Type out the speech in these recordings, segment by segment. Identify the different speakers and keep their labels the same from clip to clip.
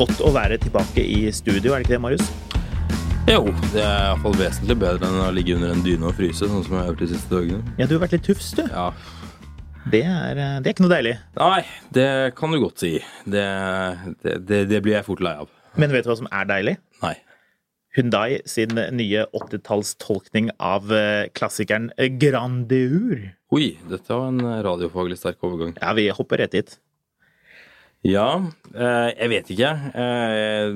Speaker 1: Godt å være tilbake i studio, er det ikke det, Marius?
Speaker 2: Jo, det er iallfall vesentlig bedre enn å ligge under en dyne og fryse, sånn som jeg har gjort de siste dagene.
Speaker 1: Ja, du har vært litt tufs, du.
Speaker 2: Ja.
Speaker 1: Det er, eh, det er ikke noe deilig.
Speaker 2: Nei, det kan du godt si. Det, det, det, det blir jeg fort lei av.
Speaker 1: Men vet du hva som er deilig?
Speaker 2: Nei.
Speaker 1: Hyundai sin nye 80-tallstolkning av eh, klassikeren Grandeur.
Speaker 2: Oi, dette var en radiofaglig sterk overgang.
Speaker 1: Ja, vi hopper rett hit.
Speaker 2: Ja, eh, jeg vet ikke. Eh,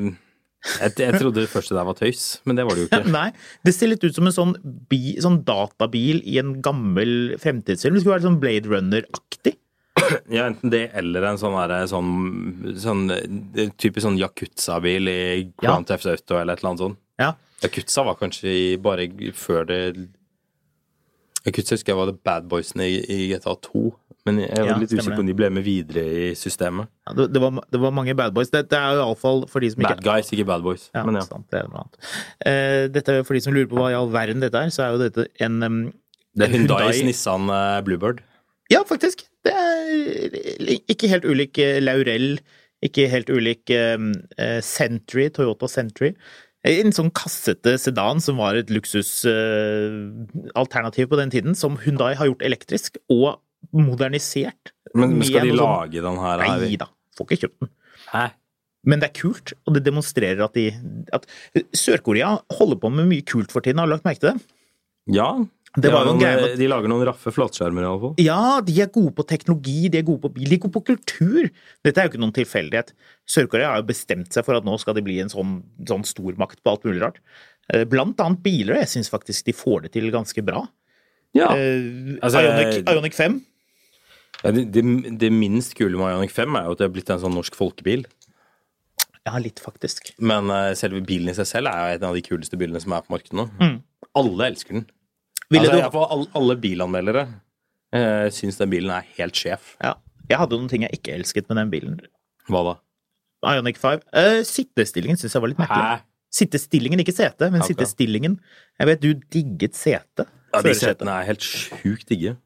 Speaker 2: jeg, jeg trodde først det der var tøys, men det var det jo ikke.
Speaker 1: Nei, det ser litt ut som en sånn, bi, sånn databil i en gammel fremtidsfilm. Det skulle være sånn Blade Runner-aktig.
Speaker 2: Ja, Enten det eller en sånn, derre sånn, sånn typisk sånn Yakuza-bil i Grand Theft Auto eller et eller annet sånt.
Speaker 1: Ja.
Speaker 2: Yakuza var kanskje i- bare før det Yakuza husker jeg var det Bad Boysene i, i GTA 2. Men jeg er
Speaker 1: Ja,
Speaker 2: litt
Speaker 1: stemmer
Speaker 2: usikker på om de ble med videre i systemet.
Speaker 1: Ja, det, det, var, det var mange bad boys. Det, det er iallfall for de som ikke
Speaker 2: Bad Guys, ikke Bad Boys.
Speaker 1: Ja,
Speaker 2: men ja.
Speaker 1: sant, det er noe annet. Eh, dette, er for de som lurer på hva i all verden dette er, så er jo dette en em,
Speaker 2: Det er Hyundai,
Speaker 1: Hyundai-
Speaker 2: Nissan eh, Bluebird.
Speaker 1: Ja, faktisk. Det er li- ikke helt ulik eh, Laurel, ikke helt ulik em, eh, Sentry, Toyota Sentry. En sånn kassete sedan som var et luksusalternativ på den tiden, som Hundai har gjort elektrisk og modernisert.
Speaker 2: Men, men skal
Speaker 1: Med
Speaker 2: de
Speaker 1: noe sånn-
Speaker 2: lage den her? er vi-
Speaker 1: Nei da, får ikke kjøpt den.
Speaker 2: Hæ?
Speaker 1: Men det er kult, og det demonstrerer at de at Sør-Korea holder på med mye kult for tiden, har du lagt merke til det?
Speaker 2: Ja.
Speaker 1: Det
Speaker 2: de,
Speaker 1: var jo
Speaker 2: har
Speaker 1: en
Speaker 2: noen,
Speaker 1: greie med at-
Speaker 2: de lager noen raffe flatskjermer, iallfall.
Speaker 1: Ja, de er gode på teknologi, de er gode på bil, de er gode på kultur. Dette er jo ikke noen tilfeldighet. Sør-Korea har jo bestemt seg for at nå skal de bli en sånn, sånn stormakt på alt mulig rart. Eh, Blant annet biler, og jeg syns faktisk de får det til ganske bra.
Speaker 2: Ja.
Speaker 1: Eh,
Speaker 2: Altså,
Speaker 1: Ionic,
Speaker 2: jeg-
Speaker 1: Ionic 5.
Speaker 2: Ja, det, det, det minst kule med Ionic 5 er jo at det er blitt en sånn norsk folkebil.
Speaker 1: Ja, litt faktisk.
Speaker 2: Men eh, selve bilen i seg selv er jo en av de kuleste bilene som er på markedet nå. Alle elsker den.
Speaker 1: Mm. Ville
Speaker 2: altså,
Speaker 1: du-
Speaker 2: jeg får alle, alle bilanmeldere eh, syns den bilen er helt sjef.
Speaker 1: Ja. Jeg hadde noen ting jeg ikke elsket med den bilen.
Speaker 2: Hva da?
Speaker 1: Ionic 5. Eh, sittestillingen syns jeg var litt merkelig.
Speaker 2: Hæ?
Speaker 1: Sittestillingen, ikke setet, men
Speaker 2: Ok.
Speaker 1: sittestillingen. Jeg vet du digget setet.
Speaker 2: Ja, de
Speaker 1: Førersetet.
Speaker 2: setene er helt sjukt digge.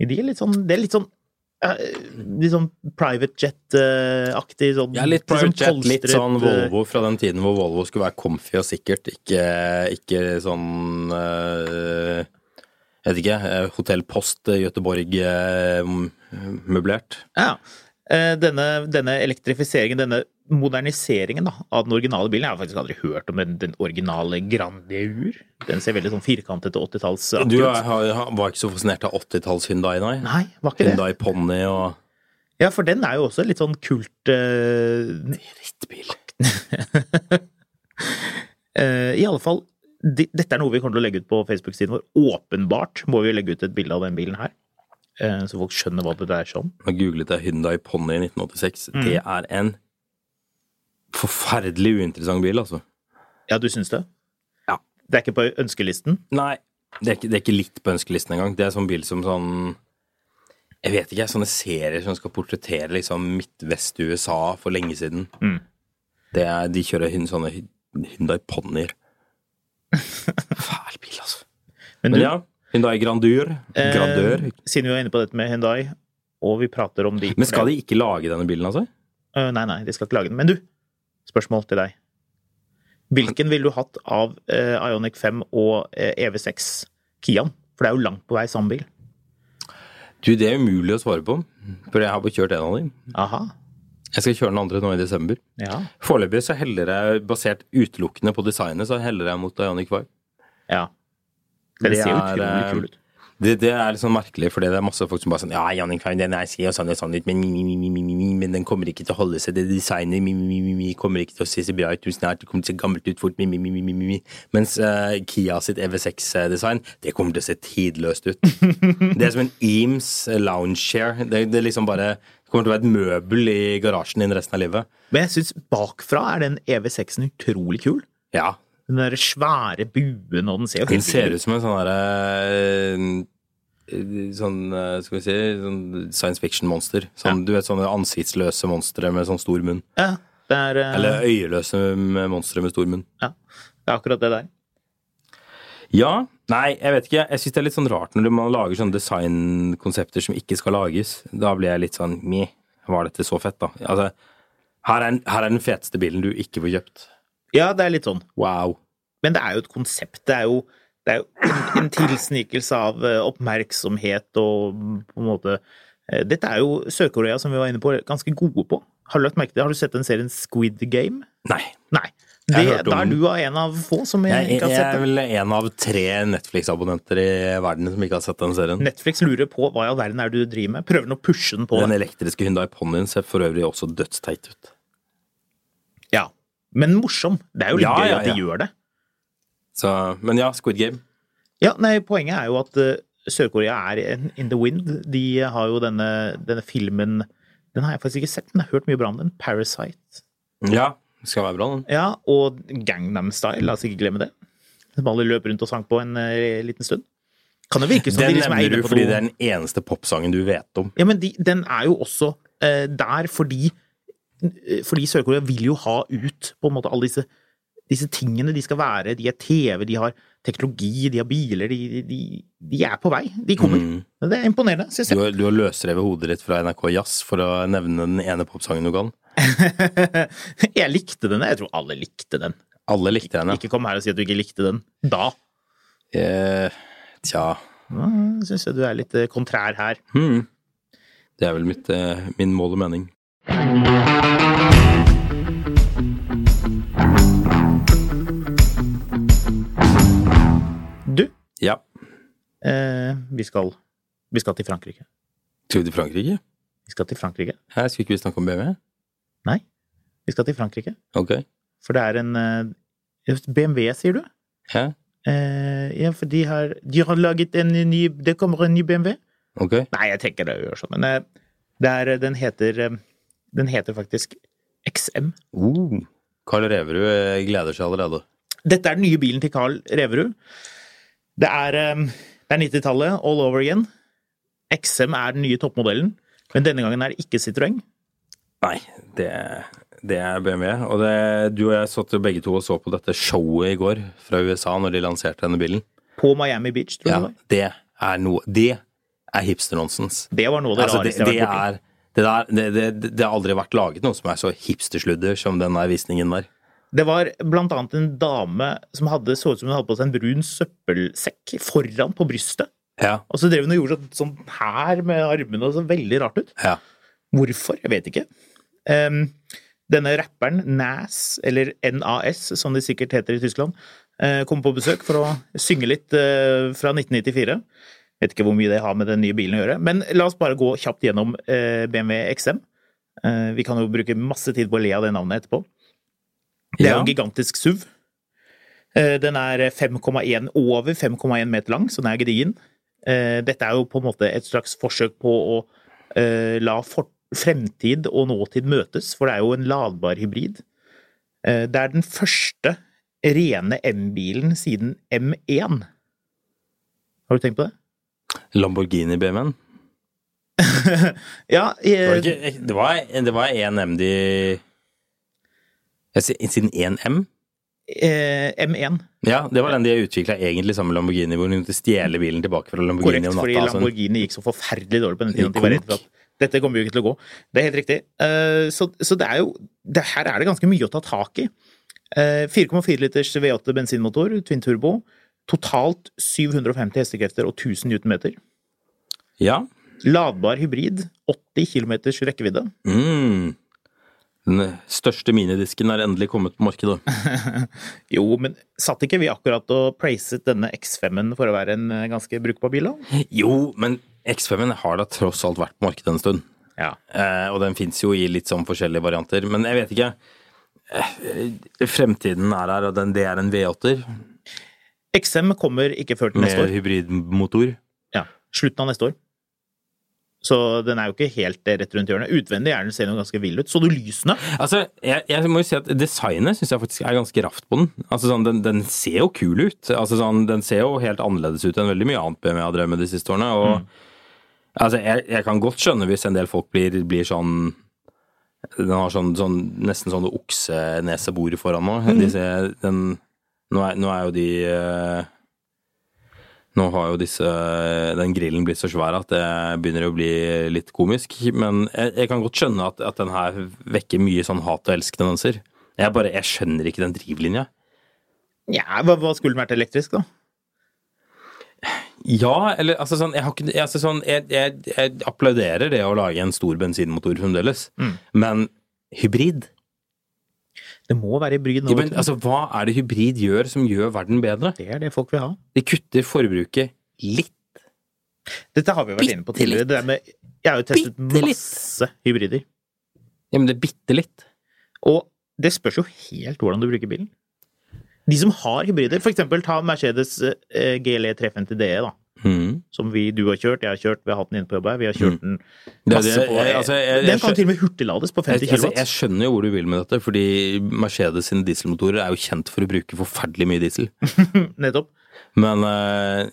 Speaker 1: De er litt sånn, det er litt sånn eh, Litt sånn private jet-aktig. Sånn,
Speaker 2: Ja, litt private jet,
Speaker 1: polstret,
Speaker 2: litt sånn
Speaker 1: eh,
Speaker 2: Volvo fra den tiden hvor Volvo skulle være comfy og sikkert, ikke, ikke sånn eh, Jeg vet ikke. eh, Hotell Post eh, Göteborg eh, m- møblert.
Speaker 1: Ja. Eh, Denne, denne elektrifiseringen, denne moderniseringen da, av den originale bilen Jeg har faktisk aldri hørt om den, den originale Grandeur. Den ser veldig sånn firkantet og 80-talls
Speaker 2: Du har- har- var ikke så fascinert av 80-talls Hyundai, nei?
Speaker 1: Nei, var ikke det?
Speaker 2: Hyundai Pony og
Speaker 1: Ja, for den er jo også litt sånn kult eh,
Speaker 2: Drittbil.
Speaker 1: Eh, I alle fall, de, dette er noe vi kommer til å legge ut på Facebook-siden vår. Åpenbart må vi legge ut et bilde av den bilen her, eh, så folk skjønner hva det dreier seg om.
Speaker 2: Nå googlet jeg Hyundai Pony i 1986.
Speaker 1: Mm.
Speaker 2: Det er en forferdelig uinteressant bil, altså.
Speaker 1: Ja, du syns det? Det er ikke på ønskelisten?
Speaker 2: Nei, det er ikke, det er ikke litt på ønskelisten engang. Det er sånn bil som sånn Jeg vet ikke, sånne serier som skal portrettere liksom Midtvest-USA for lenge siden.
Speaker 1: Mm.
Speaker 2: Det er, de kjører hyn- sånne hy- Hyundai Ponnier. Fæl bil, altså.
Speaker 1: Men
Speaker 2: Men
Speaker 1: du,
Speaker 2: ja, Hyundai Grandeur. Grandeur.
Speaker 1: eh, siden vi var inne på dette med Hyundai, og vi prater om de
Speaker 2: Men skal de ikke lage denne bilen, altså?
Speaker 1: Øh, nei, nei, de skal ikke lage den. Men du, spørsmål til deg. Hvilken ville du hatt av eh, Ionic 5 og eh, EV6 Kian? For det er jo langt på vei samme bil.
Speaker 2: Du, det er umulig å svare på, for jeg har bare kjørt en av dem.
Speaker 1: Aha.
Speaker 2: Jeg skal kjøre den andre nå i desember.
Speaker 1: Ja.
Speaker 2: Foreløpig så heller jeg, basert utelukkende på designet, så heller jeg mot eh, Ionic Vibe.
Speaker 1: ja. Det,
Speaker 2: Det
Speaker 1: ser jo
Speaker 2: er,
Speaker 1: utrolig
Speaker 2: eh,
Speaker 1: kul ut.
Speaker 2: Det, det er litt sånn merkelig, fordi det er masse folk som bare sånn Ja, Ionic Vibe, den er ser jo sånn og sånn ut, men, mi, mi, mi, mi, mi, mi, men den kommer ikke til å holde seg. Det designet mi, mi, mi, mi, mi, kommer ikke til å se så bra ut. Du snart det kommer til å se gammelt ut fort. Mi, mi, mi, mi, mi, mi, mi. Mens eh, Kia sitt EV6-design, det kommer til å se tidløst ut. Det er som en Eames lounge chair. Det, det er liksom bare det kommer til å være et møbel i garasjen din resten av livet.
Speaker 1: Men jeg syns bakfra er den EV6-en utrolig kul.
Speaker 2: Ja.
Speaker 1: Den der svære buen, og den ser jo
Speaker 2: Den
Speaker 1: helt
Speaker 2: ser
Speaker 1: vild
Speaker 2: ut som en sånn derre Sånn, eh, skal vi si, sånn science fiction-monster. Sånn, Du vet sånne ansiktsløse monstre med sånn stor munn.
Speaker 1: Ja, det er, eh,
Speaker 2: Eller øyeløse m- monstre med stor munn.
Speaker 1: ja, det er akkurat det der.
Speaker 2: Ja. Nei, jeg vet ikke. Jeg syns det er litt sånn rart når man lager sånne designkonsepter som ikke skal lages. Da blir jeg litt sånn meh, var dette så fett, da? Altså, her er, den- her er den feteste bilen du ikke får kjøpt.
Speaker 1: Ja, det er litt sånn.
Speaker 2: Wow.
Speaker 1: Men det er jo et konsept. Det er jo, det er jo en- en tilsnikelse av eh, oppmerksomhet og mm, på en måte eh, Dette er jo Sør-Korea, som vi var inne på, ganske gode på. Har du lagt merke til det? Har du sett den serien Squid Game?
Speaker 2: Nei.
Speaker 1: Nei. Det,
Speaker 2: Jeg har hørt om
Speaker 1: da er
Speaker 2: den.
Speaker 1: du av en av få som
Speaker 2: Jeg, jeg,
Speaker 1: ikke har
Speaker 2: er
Speaker 1: sett det.
Speaker 2: vel en av tre Netflix-abonnenter i verden som ikke har sett den serien.
Speaker 1: Netflix lurer på hva i all verden er det du driver med. Prøver den å pushe den på
Speaker 2: Den
Speaker 1: deg.
Speaker 2: elektriske Hyundai Ponnien ser for øvrig også dødsteit ut.
Speaker 1: Ja. Men morsom. Det er jo litt
Speaker 2: Ja,
Speaker 1: gøy
Speaker 2: ja,
Speaker 1: at de
Speaker 2: ja.
Speaker 1: gjør det.
Speaker 2: Så, men ja, Squid Game.
Speaker 1: Ja, nei, Poenget er jo at eh, Sør-Korea er in- in the wind. De har jo denne, denne filmen Den har jeg faktisk ikke sett, men jeg har hørt mye bra om den. 'Parasite'.
Speaker 2: Ja, det skal være bra, den.
Speaker 1: Ja, Og 'Gangnam Style'. La oss ikke glemme det. Som alle løp rundt og sang på en eh, liten stund. Kan det virke som
Speaker 2: Den
Speaker 1: de liksom er
Speaker 2: nevner
Speaker 1: inne
Speaker 2: du
Speaker 1: på
Speaker 2: fordi
Speaker 1: noe-
Speaker 2: det er den eneste popsangen du vet om.
Speaker 1: Ja, men de, den er jo også eh, der fordi eh, fordi Sør-Korea vil jo ha ut på en måte alle disse, disse tingene de skal være. De er TV, de har teknologi, de har biler. De, de, de er på vei. De kommer. Det er imponerende, syns
Speaker 2: Du
Speaker 1: jeg.
Speaker 2: har, du har løsrevet hodet ditt fra NRK Jazz for å nevne den ene popsangen du kan.
Speaker 1: jeg likte den. Jeg tror alle likte den.
Speaker 2: Alle likte henne.
Speaker 1: Ikke kom her og si at du ikke likte den da.
Speaker 2: Eh, tja,
Speaker 1: Syns jeg du er litt eh, kontrær her.
Speaker 2: Hmm. det er vel mitt, eh, min mål og mening.
Speaker 1: Du,
Speaker 2: Ja.
Speaker 1: eh, vi skal Vi skal til Frankrike.
Speaker 2: Skal vi til Frankrike?
Speaker 1: Vi skal til Frankrike.
Speaker 2: Her skulle ikke vi snakke om BMW?
Speaker 1: Nei, vi skal til Frankrike.
Speaker 2: Ok.
Speaker 1: For det er en eh, BMW, sier du?
Speaker 2: Hæ?
Speaker 1: Eh, ja, for de har, de har laget en ny Det kommer en ny BMW?
Speaker 2: Ok.
Speaker 1: Nei, jeg tenker det gjør sånn, men eh, det er, den heter eh, Den heter faktisk XM.
Speaker 2: Uh. Karl Reverud eh, gleder seg allerede.
Speaker 1: Dette er den nye bilen til Carl Reverud. Det er, eh, det er 90-tallet all over again. XM er den nye toppmodellen, men denne gangen er det ikke Citroën.
Speaker 2: Nei, det, det er BMW. Og det, du og jeg satt jo begge to og så på dette showet i går fra USA når de lanserte denne bilen.
Speaker 1: På Miami Beach, tror jeg. det var.
Speaker 2: Det er noe Det er hipster-nonsens.
Speaker 1: Det var noe av det
Speaker 2: Altså, det,
Speaker 1: rareste
Speaker 2: det
Speaker 1: jeg har vært borti.
Speaker 2: er det, der, det, det, det har aldri vært laget noe som er så hipstersludder som den der visningen der.
Speaker 1: Det var blant annet en dame som hadde, så ut som hun hadde på seg en brun søppelsekk foran på brystet.
Speaker 2: Ja.
Speaker 1: Og så drev hun og gjorde sånn, sånn her med armene og så veldig rart ut.
Speaker 2: ja.
Speaker 1: Hvorfor? Jeg vet ikke. Ehm, denne rapperen Nas, eller NAS som det sikkert heter i Tyskland, eh, kom på besøk for å synge litt eh, fra 1994. Vet ikke hvor mye det har med den nye bilen å gjøre, men la oss bare gå kjapt gjennom eh, BMW XM. Eh, vi kan jo bruke masse tid på å le av det navnet etterpå. Det er jo
Speaker 2: Ja.
Speaker 1: en gigantisk SUV. Eh, Den er 5,1 over 5,1 meter lang, så den er gedigen. Eh, Dette er jo på en måte et slags forsøk på å eh, la for fremtid og nåtid møtes, for det er jo en ladbar hybrid. Eh, Det er den første rene M-bilen siden M1. Har du tenkt på det?
Speaker 2: Lamborghini-BMW-en.
Speaker 1: Ja,
Speaker 2: Det var
Speaker 1: eh,
Speaker 2: ikke- Det var- det var 1M de Jeg sier- Siden 1M?
Speaker 1: eh, M1.
Speaker 2: Ja, det var den de utvikla egentlig sammen med Lamborghini, hvor de måtte stjele bilen tilbake fra Lamborghini
Speaker 1: Korrekt,
Speaker 2: om natta.
Speaker 1: fordi
Speaker 2: altså.
Speaker 1: Lamborghini gikk så forferdelig dårlig på den tiden. at De var
Speaker 2: Konk.
Speaker 1: redd for at Dette kommer jo ikke til å gå. Det er helt riktig. Eh, Så, så det er jo det, Her er det ganske mye å ta tak i. Eh, 4,4 liters V8 bensinmotor, twin turbo. Totalt 750 hestekrefter og 1000 newtonmeter.
Speaker 2: Ja.
Speaker 1: Ladbar hybrid, 80 km rekkevidde.
Speaker 2: Mm. Den største minidisken er endelig kommet på markedet.
Speaker 1: Jo, men satt ikke vi akkurat og praiset denne X5-en for å være en eh, ganske brukbar bil, da?
Speaker 2: Jo, men X5-en har da tross alt vært på markedet en stund.
Speaker 1: Ja.
Speaker 2: Eh, og den fins jo i litt sånn forskjellige varianter. Men jeg vet ikke. Eh, fremtiden er her, og den, det er en V8-er
Speaker 1: XM kommer ikke før til
Speaker 2: med
Speaker 1: neste år.
Speaker 2: hybridmotor.
Speaker 1: Ja, Slutten av neste år. Så den er jo ikke helt eh, rett rundt hjørnet. Utvendig er den ser den jo ganske vill ut. Så du lysene?
Speaker 2: Altså, jeg, jeg må jo si at designet syns jeg faktisk er ganske raft på den. Altså, sånn, den. Den ser jo kul ut. Altså, sånn, den ser jo helt annerledes ut enn veldig mye annet BMW har drevet med de siste årene. Og, altså, jeg, jeg kan godt skjønne hvis en del folk blir, blir sånn Den har sånn, sånn, nesten sånn oksenesebor foran nå. De ser, den, nå, er, nå er jo de eh, nå har jo disse, den grillen blitt så svær at det begynner å bli litt komisk. Men jeg, jeg kan godt skjønne at, at den her vekker mye sånn hat- og elsk-tendenser. Jeg bare, jeg skjønner ikke den drivlinja.
Speaker 1: Nja, hva, hva skulle den vært elektrisk, da?
Speaker 2: Ja, eller altså sånn Jeg, har ikke, jeg- altså, sånn, jeg, jeg, jeg applauderer det å lage en stor bensinmotor fremdeles, men hybrid?
Speaker 1: Det må være hybrid nå.
Speaker 2: Ja, men,
Speaker 1: vet du.
Speaker 2: altså, hva er det hybrid gjør som gjør verden bedre?
Speaker 1: det er det folk vil ha.
Speaker 2: De kutter forbruket litt.
Speaker 1: Dette har vi jo vært inne på tidligere.
Speaker 2: Bittelitt.
Speaker 1: Det der med, jeg har jo testet
Speaker 2: Bittelitt.
Speaker 1: masse hybrider.
Speaker 2: Ja, men det er bitte litt.
Speaker 1: Og det spørs jo helt hvordan du bruker bilen. De som har hybrider, f.eks. ta Mercedes eh, GLE 350 DE, da.
Speaker 2: Mm.
Speaker 1: Som vi, du har kjørt, jeg har kjørt, vi har hatt den inne på jobb her. Vi har kjørt den
Speaker 2: Det-
Speaker 1: masse
Speaker 2: det-
Speaker 1: på eh,
Speaker 2: jeg- altså, jeg- jeg
Speaker 1: Den kan
Speaker 2: skjø-
Speaker 1: jo til og med hurtiglades på
Speaker 2: Jeg,
Speaker 1: 50
Speaker 2: altså,
Speaker 1: kW.
Speaker 2: jeg skjønner jo hvor du vil med dette, fordi Mercedes sine dieselmotorer er jo kjent for å bruke forferdelig mye diesel.
Speaker 1: Nettopp.
Speaker 2: Men eh,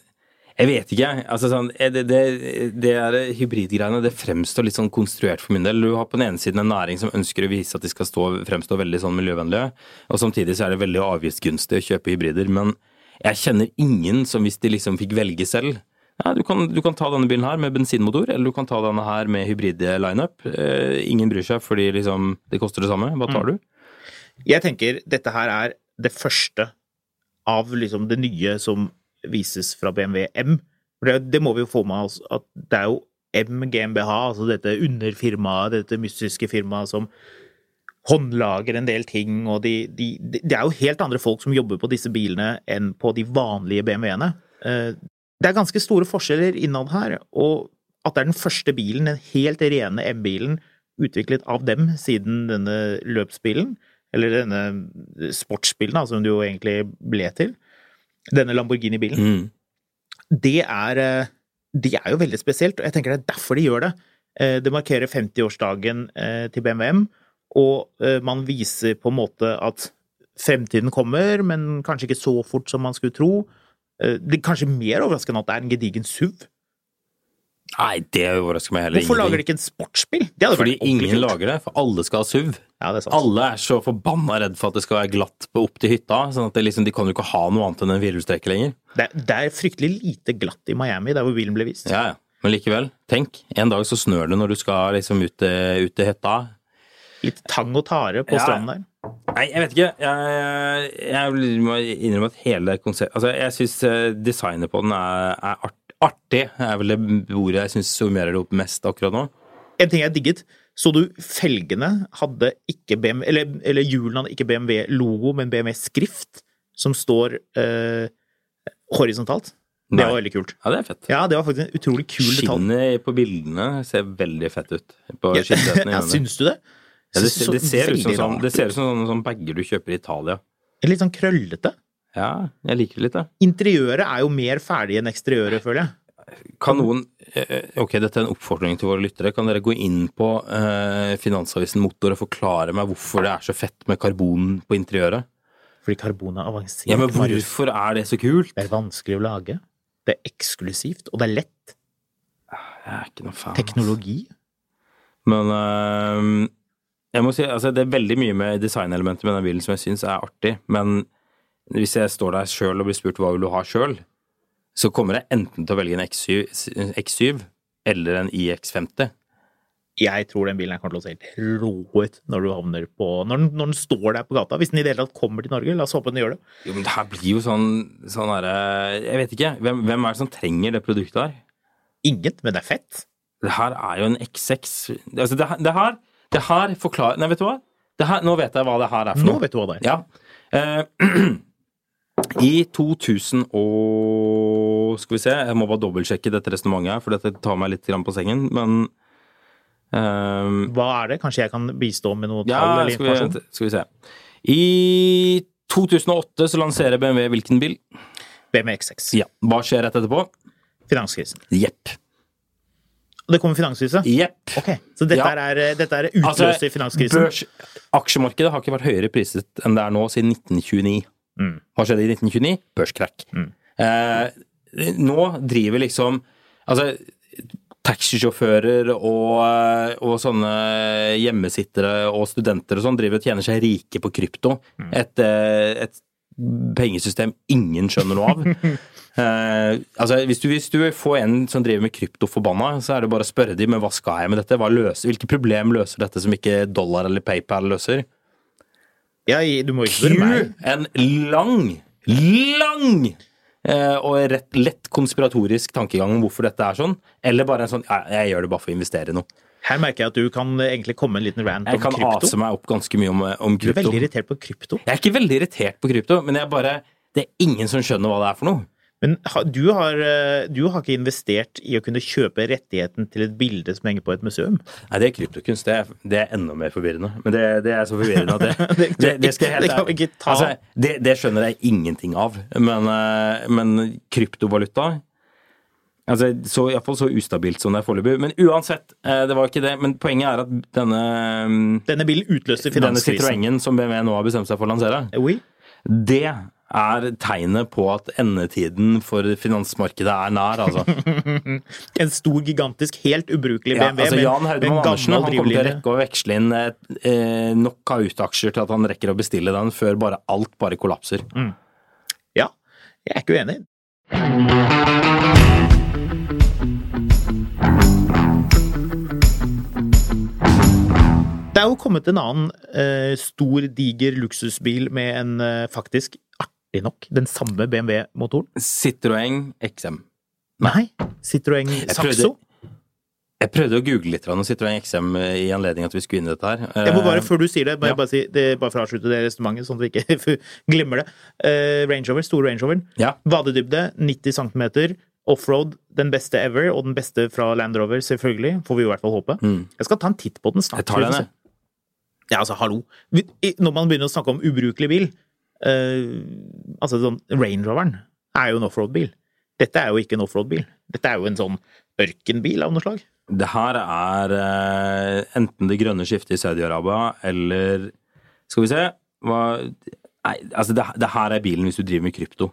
Speaker 2: jeg vet ikke. jeg. Altså, sånn, eh, det, det, det er hybridgreiene det fremstår litt sånn konstruert for min del. Du har på den ene siden en næring som ønsker å vise at de skal stå, fremstå veldig sånn miljøvennlige, og samtidig så er det veldig avgiftsgunstig å kjøpe hybrider. Men jeg kjenner ingen som hvis de liksom fikk velge selv ja, du, kan, du kan ta denne bilen her med bensinmotor, eller du kan ta denne her med hybrid-lineup. Eh, ingen bryr seg, fordi liksom, det koster det samme. Hva
Speaker 1: Mm.
Speaker 2: tar du?
Speaker 1: Jeg tenker dette her er det første av liksom det nye som vises fra BMW M. For det, det må vi jo få med oss at det er jo M GmbH, altså dette underfirmaet, dette mystiske firmaet som håndlager en del ting, og de, de, de, det er jo helt andre folk som jobber på disse bilene enn på de vanlige BMW-ene. Eh, Det er ganske store forskjeller innad her, og at det er den første bilen, den helt rene M-bilen, utviklet av dem siden denne løpsbilen, eller denne sportsbilen, da, som det jo egentlig ble til, denne Lamborghini-bilen,
Speaker 2: Mm.
Speaker 1: det er, eh, det er jo veldig spesielt, og jeg tenker det er derfor de gjør det. Eh, Det markerer 50-årsdagen eh, til BMWM, og eh, man viser på en måte at fremtiden kommer, men kanskje ikke så fort som man skulle tro. Eh, Det er kanskje mer overraskende at det er en gedigen SUV.
Speaker 2: Nei, det overrasker meg heller
Speaker 1: Hvorfor lager de
Speaker 2: ingenting.
Speaker 1: ikke en sportsbil? Det hadde
Speaker 2: Fordi
Speaker 1: vært ordentlig
Speaker 2: ingen
Speaker 1: kult.
Speaker 2: lager det, for alle skal ha SUV.
Speaker 1: Ja, det er sant.
Speaker 2: Alle er så forbanna redd for at det skal være glatt på opp til hytta, sånn at det liksom, de kan jo ikke ha noe annet enn en firehjulstrekker lenger.
Speaker 1: Det, er- det er fryktelig lite glatt i Miami, der hvor bilen ble vist.
Speaker 2: Ja, ja. Men likevel, tenk. En dag så snør det når du skal liksom ut til ut til hytta.
Speaker 1: Litt tang og tare på
Speaker 2: Ja.
Speaker 1: stranden der.
Speaker 2: Nei, jeg vet ikke. Jeg, jeg må innrømme at hele konseptet Altså, jeg syns designet på den er, er art, artig. er vel det ordet jeg syns summerer det opp mest akkurat nå.
Speaker 1: En ting jeg digget, så du felgene hadde ikke BMW, eller, eller hjulene hadde ikke BMW-logo, men BMW-skrift, som står eh, horisontalt. Det
Speaker 2: Nei.
Speaker 1: var veldig kult.
Speaker 2: Ja, det er fett.
Speaker 1: Ja, det var faktisk en utrolig kul detalj.
Speaker 2: Skinnet på bildene ser veldig fett ut. På
Speaker 1: Ja,
Speaker 2: skinnsetene.
Speaker 1: ja, syns du det?
Speaker 2: Ja, det,
Speaker 1: Så-
Speaker 2: det, ser ut som
Speaker 1: veldig
Speaker 2: sånn,
Speaker 1: rart
Speaker 2: det ser ut som sånne, sånne bager du kjøper i Italia.
Speaker 1: Litt sånn krøllete.
Speaker 2: Ja, jeg liker det litt, jeg.
Speaker 1: Interiøret er jo mer ferdig enn eksteriøret, føler jeg.
Speaker 2: Kan noen eh, Ok, dette er en oppfordring til våre lyttere. Kan dere gå inn på eh, Finansavisen Motor og forklare meg hvorfor det er så fett med karbon på interiøret?
Speaker 1: Fordi karbon er avansert.
Speaker 2: Ja, men
Speaker 1: Marius.
Speaker 2: hvorfor er det så kult?
Speaker 1: Det er vanskelig å lage. Det er eksklusivt, og det er lett.
Speaker 2: Jeg er ikke noe fan.
Speaker 1: Teknologi.
Speaker 2: Men eh, jeg må si, altså, det er veldig mye med designelementer med den bilen som jeg syns er artig. Men hvis jeg står der sjøl og blir spurt hva vil du ha sjøl, så kommer jeg enten til å velge en X7, X7 eller en IX50.
Speaker 1: Jeg tror den bilen her kommer til å se helt rå ut når du havner på når den, når den står der på gata. Hvis den i det hele tatt kommer til Norge, la oss håpe den gjør det.
Speaker 2: Jo, men det her blir jo sånn, sånn herre Jeg vet ikke. Hvem, hvem er det som trenger det produktet her?
Speaker 1: Inget, men det er fett.
Speaker 2: Det her er jo en X6 Altså, det her, det her, det her forklarer Nei, vet du hva? Det her, nå vet jeg hva det her er for
Speaker 1: Nå
Speaker 2: noe.
Speaker 1: vet du hva det er.
Speaker 2: Ja. Eh, I 2000 og Skal vi se, jeg må bare dobbeltsjekke dette resonnementet her, for dette tar meg litt grann på sengen, men eh,
Speaker 1: Hva er det? Kanskje jeg kan bistå med noe tall
Speaker 2: Ja,
Speaker 1: eller
Speaker 2: skal vi,
Speaker 1: informasjon?
Speaker 2: skal vi se. I 2008 så lanserer BMW hvilken bil?
Speaker 1: BMW X6.
Speaker 2: Ja. Hva skjer rett etterpå?
Speaker 1: Finanskrisen.
Speaker 2: Jepp.
Speaker 1: Det kommer finanskrise?
Speaker 2: Jepp.
Speaker 1: Ok, Så dette,
Speaker 2: Ja.
Speaker 1: her er, eh, dette her er utløst i finanskrisen?
Speaker 2: Altså, børs, aksjemarkedet har ikke vært høyere priset enn det er nå siden 1929.
Speaker 1: Mm.
Speaker 2: Hva skjedde i 1929? Børskrakk. Eh, nå driver liksom altså, taxisjåfører og, eh, og sånne hjemmesittere og studenter og sånn driver og tjener seg rike på krypto.
Speaker 1: Mm.
Speaker 2: Et, eh, et pengesystem ingen skjønner noe av. Eh, altså, hvis du, hvis du får en som driver med krypto forbanna, så er det bare å spørre dem men hva skal jeg med dette? Hva løser, hvilke problem løser dette som ikke dollar eller PayPal løser?
Speaker 1: Ja, du må ikke spørre meg.
Speaker 2: Q, en lang, lang eh, og rett, lett konspiratorisk tankegang om hvorfor dette er sånn. Eller bare en sånn jeg, jeg gjør det bare for å investere i noe.
Speaker 1: Her merker jeg at du kan eh, egentlig komme en liten rant
Speaker 2: Jeg
Speaker 1: om
Speaker 2: kan ase
Speaker 1: krypto.
Speaker 2: meg opp ganske mye om, eh, om
Speaker 1: Du er
Speaker 2: krypto.
Speaker 1: veldig irritert på krypto.
Speaker 2: Jeg er ikke veldig irritert på krypto, men jeg bare, det er ingen som skjønner hva det er for noe.
Speaker 1: Men ha- du har, eh, du har ikke investert i å kunne kjøpe rettigheten til et bilde som henger på et museum.
Speaker 2: Nei, det er kryptokunst. Det er, det er enda mer forvirrende. Men det, det er så forvirrende at det
Speaker 1: Det-
Speaker 2: Det, det, skal jeg helt
Speaker 1: det kan vi
Speaker 2: ærlig-
Speaker 1: ikke ta.
Speaker 2: Altså, det, det skjønner jeg ingenting av. Men, eh, men kryptovaluta altså, så, Iallfall så ustabilt som det er foreløpig. Men uansett, eh, det var ikke det. Men poenget er at denne, mm,
Speaker 1: Denne bilen utløste
Speaker 2: denne
Speaker 1: finanskrisen.
Speaker 2: Citroengen som BMW nå har bestemt seg for å lansere,
Speaker 1: Oui.
Speaker 2: det er tegnet på at endetiden for finansmarkedet er nær, altså.
Speaker 1: En stor, gigantisk, helt ubrukelig
Speaker 2: Ja,
Speaker 1: BMW
Speaker 2: altså
Speaker 1: med-
Speaker 2: Jan
Speaker 1: med en
Speaker 2: Haugmann Andersen han
Speaker 1: gammel
Speaker 2: kommer til å
Speaker 1: drivlinje.
Speaker 2: rekke å veksle inn eh, eh, nok Kahoot-aksjer til at han rekker å bestille den før bare alt bare kollapser.
Speaker 1: Mm. Ja, jeg er ikke uenig. Det er jo kommet en annen eh, stor, diger luksusbil med en eh, faktisk, artig nok, den samme BMW-motoren.
Speaker 2: Citroën XM.
Speaker 1: Nei, Citroën Saxo.
Speaker 2: Jeg prøvde å google litt om Citroën XM i anledning at vi skulle inn i dette her. Eh,
Speaker 1: Jeg må bare, før du sier det, må jeg
Speaker 2: ja.
Speaker 1: bare, si, det er bare for å avslutte det resonnementet, sånn at vi ikke glemmer det. Eh, Range Rover, store Range Roveren.
Speaker 2: Ja.
Speaker 1: Vadedybde, 90 cm. Offroad, den beste ever, og den beste fra Land Rover, selvfølgelig. Får vi jo i hvert fall håpe. Jeg skal ta en titt på den snart.
Speaker 2: Mm. Jeg tar den, jeg.
Speaker 1: Ja, altså, hallo. Vi- i- Når man begynner å snakke om ubrukelig bil eh, Altså, sånn Range Roveren er jo en offroad-bil. Dette er jo ikke en offroad-bil. Dette er jo en sånn ørkenbil av noe slag.
Speaker 2: Det her er eh, enten det grønne skiftet i Saudi-Arabia eller Skal vi se hva, Nei, altså det, det her er bilen hvis du driver med krypto.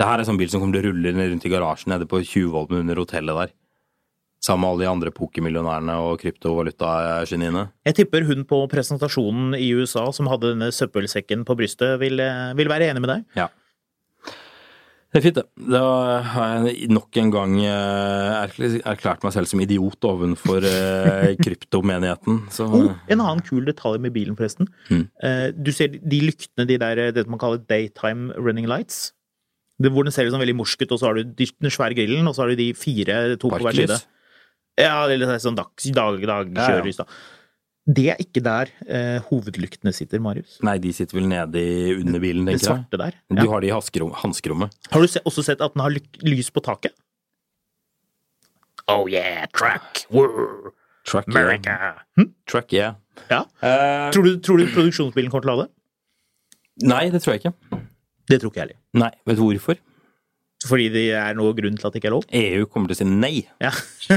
Speaker 2: Det her er sånn bil som kommer til å rulle rundt i garasjen nede på Tjuvholmen under hotellet der. Sammen med alle de andre pokermillionærene og kryptovalutageniene.
Speaker 1: Jeg tipper hun på presentasjonen i USA som hadde denne søppelsekken på brystet, vil, eh, vil være enig med deg.
Speaker 2: Ja. Det er fint, det. Da har jeg nok en gang eh, erkl- erklært meg selv som idiot ovenfor eh, kryptomenigheten. Så
Speaker 1: Oh, en annen kul detalj med bilen, forresten.
Speaker 2: Mm.
Speaker 1: Eh, Du ser de lyktene, de der, eh, det man kaller daytime running lights. Det, hvor den ser ut som veldig morsket, og så har du de- den svære grillen, og så har du de fire, to på hver side.
Speaker 2: parklys.
Speaker 1: Ja, eller sånn dag, dag, dagkjørlys, da. Det er ikke der eh, hovedlyktene sitter, Marius.
Speaker 2: Nei, de sitter vel nede i, under bilen,
Speaker 1: Det
Speaker 2: tenker jeg.
Speaker 1: svarte der.
Speaker 2: Du
Speaker 1: Ja.
Speaker 2: har de i haskerom- hanskerommet.
Speaker 1: Har du se, også sett at den har lyk- lys på taket? Oh yeah, track! Woo.
Speaker 2: Truck, yeah.
Speaker 1: America! Eh, Hm?
Speaker 2: Truck, yeah.
Speaker 1: Ja. Tror du, tror du produksjonsbilen kommer til å ha det?
Speaker 2: Nei, det tror jeg ikke.
Speaker 1: Det tror ikke jeg heller.
Speaker 2: Nei, Vet du hvorfor?
Speaker 1: Fordi det er noe grunn til at det ikke er lov?
Speaker 2: EU kommer til å si nei.
Speaker 1: Ja.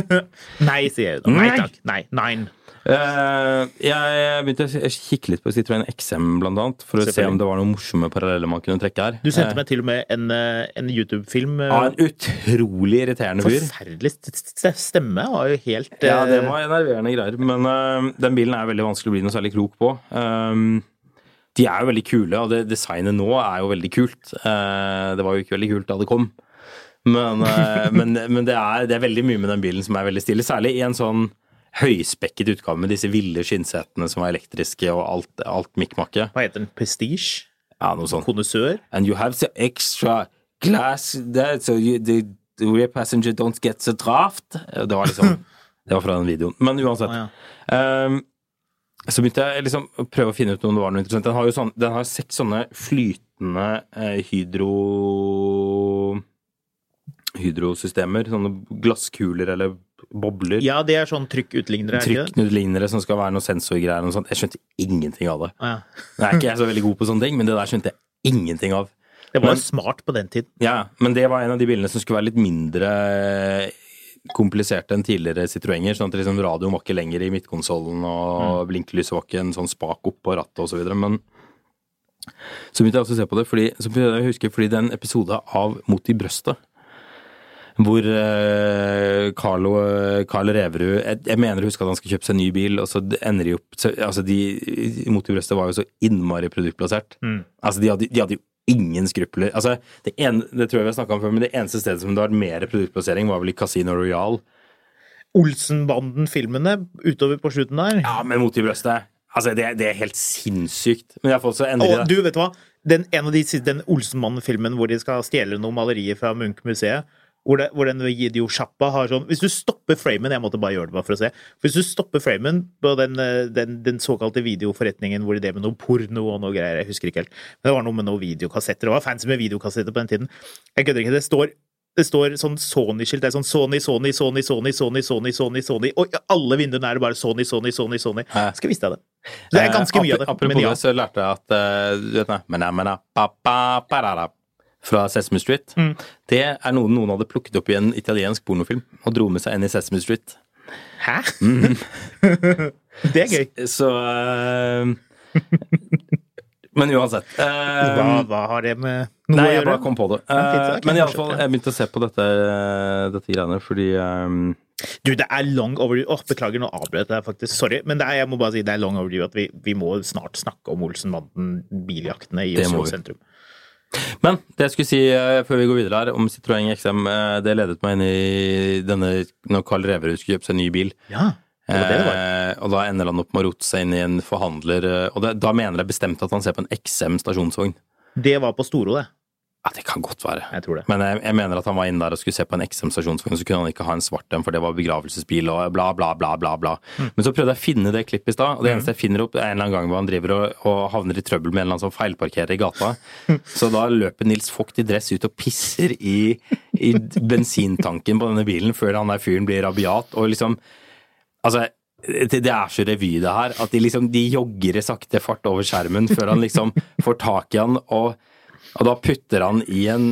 Speaker 1: Nei, sier jeg da. Nei
Speaker 2: Nei.
Speaker 1: takk. Nei. Nein.
Speaker 2: Eh, jeg begynte å kikke litt på Citroën XM, blant annet, for å se
Speaker 1: Selvfølgelig.
Speaker 2: om det var noen morsomme paralleller man kunne trekke her.
Speaker 1: Du sendte meg til og med en, eh, en YouTube-film. eh,
Speaker 2: Eh, Av en utrolig irriterende fyr.
Speaker 1: Forferdelig st- st- stemme. Var jo helt
Speaker 2: Ja, det
Speaker 1: eh,
Speaker 2: var enerverende greier. Men eh, den bilen er veldig vanskelig å bli noe særlig klok på. Eh, de er jo veldig kule, og det designet nå er jo veldig kult. Eh, det var jo ikke veldig kult da det kom. Men, eh, men, men det, er, det er veldig mye med den bilen som er veldig stille. Særlig i en sånn høyspekket utgave med disse ville skinnsetene som var elektriske og alt, alt mikkmakket.
Speaker 1: Hva heter den? Prestige?
Speaker 2: Ja, noe sånt.
Speaker 1: Kondisør?
Speaker 2: And you have the extra glass there, so you, the, the rear passenger don't get the draft. Eh, Det var liksom Det var fra den videoen. Men uansett.
Speaker 1: Å,
Speaker 2: Ehm, så begynte jeg liksom å prøve å finne ut om det var noe interessant. Den har jo sånn, den har seks sånne flytende eh, hydro hydrosystemer. Sånne glasskuler eller bobler.
Speaker 1: Ja, det er sånn trykkutlignere, er det ikke det?
Speaker 2: Trykknudlinere som skal være noe sensorgreier og noe sånt. Jeg skjønte ingenting av det.
Speaker 1: Å, ja.
Speaker 2: Nå er ikke jeg så veldig god på sånne ting, men det der skjønte jeg ingenting av.
Speaker 1: Det var
Speaker 2: Men-
Speaker 1: jo smart på den tiden.
Speaker 2: Ja, men det var en av de bilene som skulle være litt mindre eh, kompliserte enn tidligere Citroënger, sånn at liksom radioen var ikke lenger i midtkonsollen, og blinkelyset var ikke en sånn spak oppå rattet og så videre, men så begynte jeg også å se på det, fordi, så begynte jeg å huske, fordi det er en episode av Mot i brøstet, hvor eh, Carlo, Carl Reverud jeg, jeg mener å huske at han skal kjøpe seg en ny bil, og så ender de opp så, altså de, Mot i brøstet var jo så innmari produktplassert. Altså, de hadde, de hadde jo ingen skrupler. Altså, det, en, det tror jeg vi har snakka om før, men det eneste stedet som det har vært mer produktplassering, var vel i Casino Royal.
Speaker 1: Olsenbanden-filmene utover på slutten der.
Speaker 2: Ja, med Mot i brøstet. Altså, det, det er helt sinnssykt. Men iallfall så endrer
Speaker 1: Og
Speaker 2: det.
Speaker 1: du, vet du hva? Den, en av de, siste- den Olsenmannen-filmen hvor de skal stjele noen malerier fra Munch-museet, hvor, det- hvor den Yidio-sjappa har sånn Hvis du stopper framen Jeg måtte bare gjøre det bare for å se. Hvis du stopper framen på den, eh, den, den såkalte videoforretningen hvor de drev med noe porno og noe greier, jeg husker ikke helt, men det var noe med noen videokassetter. Det var fancy med videokassetter på den tiden. Jeg kødder ikke. Det står det står sånn Sony-skilt. Det er sånn Sony, Sony, Sony, Sony, Sony, Sony, Sony, Sony. Og i alle vinduene er det bare Sony, Sony, Sony, Sony. Skal vise deg det. Så det er ganske mye av det.
Speaker 2: Eh, Apropos
Speaker 1: men ja.
Speaker 2: det, så lærte jeg at eh, du vet, nei, mena, mena, pa, pa, parara, fra Sesame Street.
Speaker 1: Mm.
Speaker 2: Det er noe noen hadde plukket opp i en italiensk pornofilm og dro med seg inn i Sesame Street.
Speaker 1: Hæ? det er gøy.
Speaker 2: Mhm. Så eh, Men uansett. eh,
Speaker 1: Hva, hva har det med noe
Speaker 2: Nei,
Speaker 1: å
Speaker 2: jeg
Speaker 1: gjøre?
Speaker 2: bare kom på det.
Speaker 1: fint,
Speaker 2: Eh,
Speaker 1: ok,
Speaker 2: Men i alle
Speaker 1: fortsett,
Speaker 2: fall,
Speaker 1: ja.
Speaker 2: jeg begynte å se på dette, eh, dette greiene fordi ehm,
Speaker 1: Du, det er long overdue. Åh, beklager, nå avbrøt jeg deg faktisk. Sorry. Men det er, jeg må bare si det er long overdue at vi, vi må snart snakke om Olsenbanden-biljaktene i
Speaker 2: Det må
Speaker 1: Oslo
Speaker 2: vi.
Speaker 1: sentrum.
Speaker 2: Men det jeg skulle si eh, før vi går videre her, om Citroën XM, eh, det ledet meg inn i denne når Carl Reverud skulle kjøpe seg en ny bil.
Speaker 1: Ja, det var det det var.
Speaker 2: Eh, og da ender han opp med å rote seg inn i en forhandler, eh, og det, da mener jeg bestemt at han ser på en XM stasjonsvogn.
Speaker 1: Det var på Storo, det.
Speaker 2: Ja, det kan godt være.
Speaker 1: Jeg tror det.
Speaker 2: Men jeg, jeg mener at han var inne der og skulle se på en XM stasjonsvogn, så kunne han ikke ha en svart en, for det var begravelsesbil og bla, bla, bla, bla. bla.
Speaker 1: Mm.
Speaker 2: Men så prøvde jeg å finne det klippet i stad, og det eneste jeg finner opp, er en eller annen gang hvor han driver og, og havner i trøbbel med en eller annen som feilparkerer i gata. så da løper Nils Vogt i dress ut og pisser i, i bensintanken på denne bilen før han der fyren blir rabiat, og liksom Altså, det, det er så revy det her, at de liksom de jogger i sakte fart over skjermen før han liksom får tak i han, og, og da putter han i en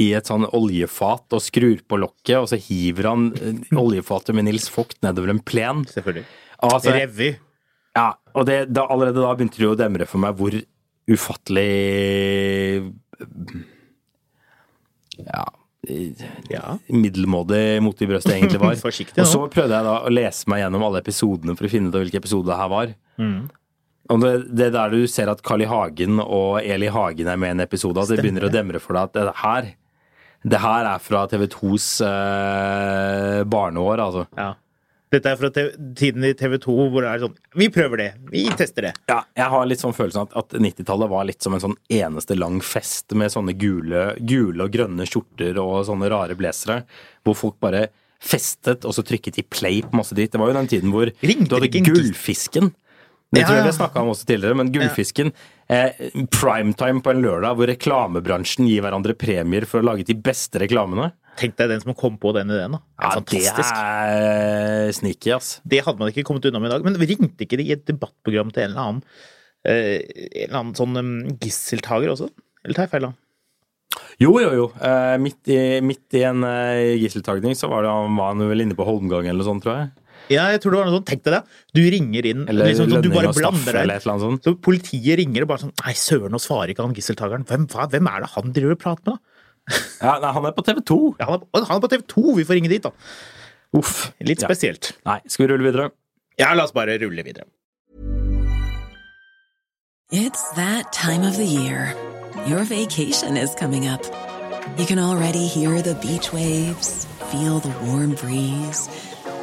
Speaker 2: i et sånn oljefat og skrur på lokket, og så hiver han eh, oljefatet med Nils Vogt nedover en plen.
Speaker 1: Selvfølgelig.
Speaker 2: Altså,
Speaker 1: Revy.
Speaker 2: ja, og det, da, allerede da begynte det jo å demre for meg hvor ufattelig Ja,
Speaker 1: Ja.
Speaker 2: middelmådig mot i brøstet egentlig var.
Speaker 1: Forsiktig nå.
Speaker 2: og så prøvde jeg da å lese meg gjennom alle episodene for å finne ut av hvilken episode det her var.
Speaker 1: Mm.
Speaker 2: Og det, det der du ser at Carl I. Hagen og Eli Hagen er med i en episode, at det begynner å demre for deg at det her det her er fra TV2s eh, barneår, altså.
Speaker 1: ja. Dette er fra te- tiden i TV 2 hvor det er sånn Vi prøver det. Vi tester det.
Speaker 2: Ja, jeg har litt sånn følelsen at, at 90-tallet var litt som en sånn eneste lang fest med sånne gule, gule og grønne skjorter og sånne rare blazere, hvor folk bare festet og så trykket i play på masse dritt. Det var jo den tiden hvor
Speaker 1: Ringte
Speaker 2: du hadde
Speaker 1: det ikke en
Speaker 2: gullfisken. Det
Speaker 1: Ja,
Speaker 2: tror jeg
Speaker 1: ja.
Speaker 2: vi snakka om også tidligere, men gullfisken. Eh, primetime på en lørdag hvor reklamebransjen gir hverandre premier for å lage de beste reklamene.
Speaker 1: Tenk deg den som kom på den ideen, da. Det er
Speaker 2: Ja, det
Speaker 1: fantastisk.
Speaker 2: er sneaky, ass.
Speaker 1: Det hadde man ikke kommet unna med i dag. Men ringte ikke det i et debattprogram til en eller annen, eh, en eller annen sånn um, gisseltager også? Eller tar jeg feil da?
Speaker 2: Jo, jo, jo. Eh, midt, i, midt i en uh, gisseltagning så var, det, han- var han vel inne på Holmgangen eller noe sånt, tror jeg.
Speaker 1: Ja, jeg tror det var noe sånn. Tenk deg det. Du ringer inn,
Speaker 2: Eller
Speaker 1: liksom, sånn, du
Speaker 2: Lønning
Speaker 1: bare
Speaker 2: og Staff
Speaker 1: blander
Speaker 2: eller
Speaker 1: deg
Speaker 2: et eller annet sånt.
Speaker 1: Så politiet ringer og bare sånn Nei, søren, nå svarer ikke han gisseltakeren. Hvem, hva, hvem er det han driver og prater med, da?
Speaker 2: Ja, nei, han er på TV 2!
Speaker 1: Ja, han, er, han er på TV 2, vi får ringe dit, da.
Speaker 2: Uff.
Speaker 1: Litt spesielt.
Speaker 2: Nei, skal vi rulle videre?
Speaker 1: Ja, la oss bare rulle videre.
Speaker 3: It's that time of the year. Your vacation is coming up. You can already hear the beach waves, feel the warm breeze,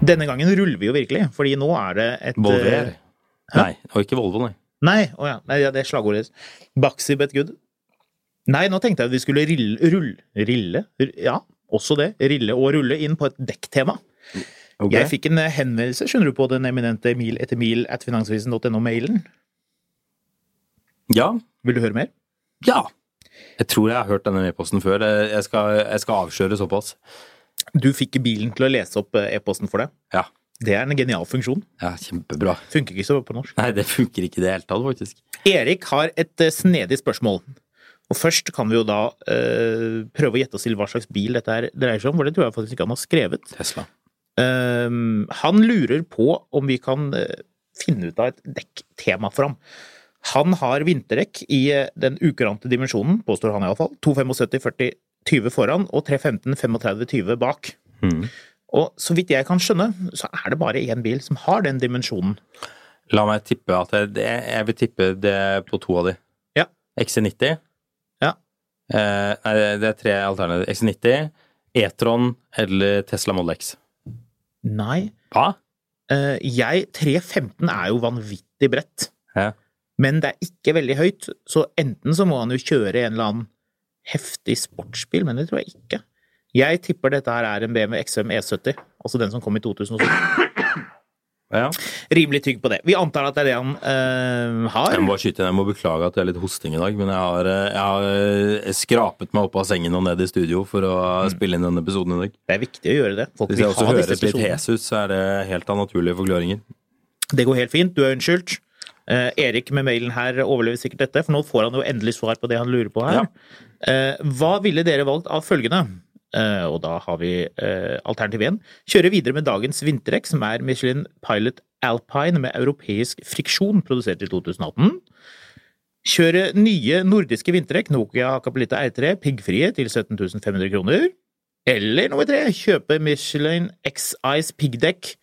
Speaker 1: Denne gangen ruller vi jo virkelig, fordi nå er det et eh,
Speaker 2: Volver? Nei, og ikke Volvo, nei.
Speaker 1: Nei, å ja. Nei, ja, det er slagordet. Baxi bet good. Nei, nå tenkte jeg at vi skulle rille, rulle, rille, R- ja, også det, rille og rulle inn på et dekktema.
Speaker 2: Ok.
Speaker 1: Jeg fikk en eh, henvendelse, skjønner du, på den eminente mil etter mil at finansavisen.no-mailen.
Speaker 2: Ja.
Speaker 1: Vil du høre mer?
Speaker 2: Ja! Jeg tror jeg har hørt denne e-posten før. Jeg jeg skal, jeg skal avsløre såpass.
Speaker 1: Du fikk bilen til å lese opp eh, e-posten for deg.
Speaker 2: Ja.
Speaker 1: Det er en genial funksjon.
Speaker 2: ja. Kjempebra.
Speaker 1: Funker ikke så bra på norsk.
Speaker 2: Nei, det funker ikke i det hele tatt, faktisk.
Speaker 1: Erik har et eh, snedig spørsmål. Og først kan vi jo da eh, prøve å gjette oss til hva slags bil dette her dreier seg om, for det tror jeg faktisk ikke han har skrevet.
Speaker 2: Tesla.
Speaker 1: Ehm, han lurer på om vi kan eh, finne ut av et dekktema for ham. Han har vinterdekk i eh, den ukurante dimensjonen, påstår han iallfall. 275-40-20 foran og 315-35-20 bak. Og så vidt jeg kan skjønne, så er det bare én bil som har den dimensjonen.
Speaker 2: La meg tippe at jeg, det- jeg vil tippe det på to av de.
Speaker 1: Ja.
Speaker 2: XC90.
Speaker 1: Ja.
Speaker 2: Eh, nei, det er tre alternativer. XC90, E-tron eller Tesla Model X.
Speaker 1: Nei.
Speaker 2: Hva?
Speaker 1: Eh, jeg 3.15 er jo vanvittig bredt,
Speaker 2: Ja.
Speaker 1: men det er ikke veldig høyt, så enten så må han jo kjøre en eller annen heftig sportsbil, men det tror jeg ikke. Jeg tipper dette her er en BMW XM E70, altså den som kom i 2007.
Speaker 2: ja.
Speaker 1: Rimelig tygg på det. Vi antar at det er det han eh,
Speaker 2: Jeg
Speaker 1: har.
Speaker 2: må bare skyte inn. Jeg må beklage at jeg er litt hosting i dag, men jeg har, eh, jeg har eh, skrapet meg opp av sengen og ned i studio for å spille inn denne episoden i dag.
Speaker 1: Det er viktig å gjøre det. Folk
Speaker 2: Hvis jeg
Speaker 1: vil
Speaker 2: også
Speaker 1: ha Mm. disse
Speaker 2: høres litt
Speaker 1: episodene.
Speaker 2: hes ut, så er det helt av naturlige forklaringer.
Speaker 1: Det går helt fint, du er unnskyldt. Eh, Erik med mailen her overlever sikkert dette, for nå får han jo endelig svar på det han lurer på her.
Speaker 2: Ja.
Speaker 1: Eh, hva ville dere valgt av følgende? Eh, og da har vi eh, alternativ 1. Kjøre videre med dagens vinterdekk, som er Michelin Pilot Alpine med europeisk friksjon, produsert i 2018. Kjøre nye nordiske vinterdekk, Nokia Hakapelita R3, piggfrie til 17 500 kroner. Eller nummer tre, kjøpe Michelin X-Ice piggdekk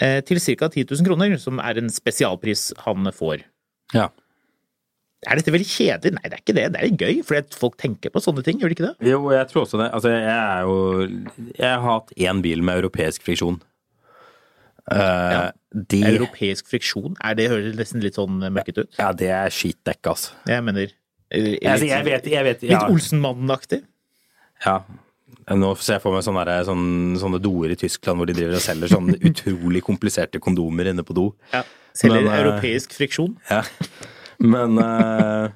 Speaker 1: eh, til ca. 10 000 kroner, som er en spesialpris han får.
Speaker 2: Ja.
Speaker 1: Er dette veldig kjedelig? Nei, det er ikke det. Det er litt gøy, fordi at folk tenker på sånne ting, gjør de ikke det?
Speaker 2: Jo, jeg tror også det. Altså, jeg er jo Jeg har hatt én bil med europeisk friksjon. Eh, de,
Speaker 1: Europeisk friksjon, er det høres nesten litt sånn møkket ut?
Speaker 2: Ja, det er skitdekk, altså.
Speaker 1: Jeg mener eh,
Speaker 2: Jeg,
Speaker 1: litt-
Speaker 2: altså, jeg vet, jeg vet ja.
Speaker 1: Litt Olsenmannen-aktig.
Speaker 2: ja. Nå ser jeg for meg sånne, der, sånne, sånne doer i Tyskland hvor de driver og selger sånne utrolig kompliserte kondomer inne på do.
Speaker 1: Ja. Selger
Speaker 2: Men, eh,
Speaker 1: europeisk friksjon.
Speaker 2: Ja. Men eh,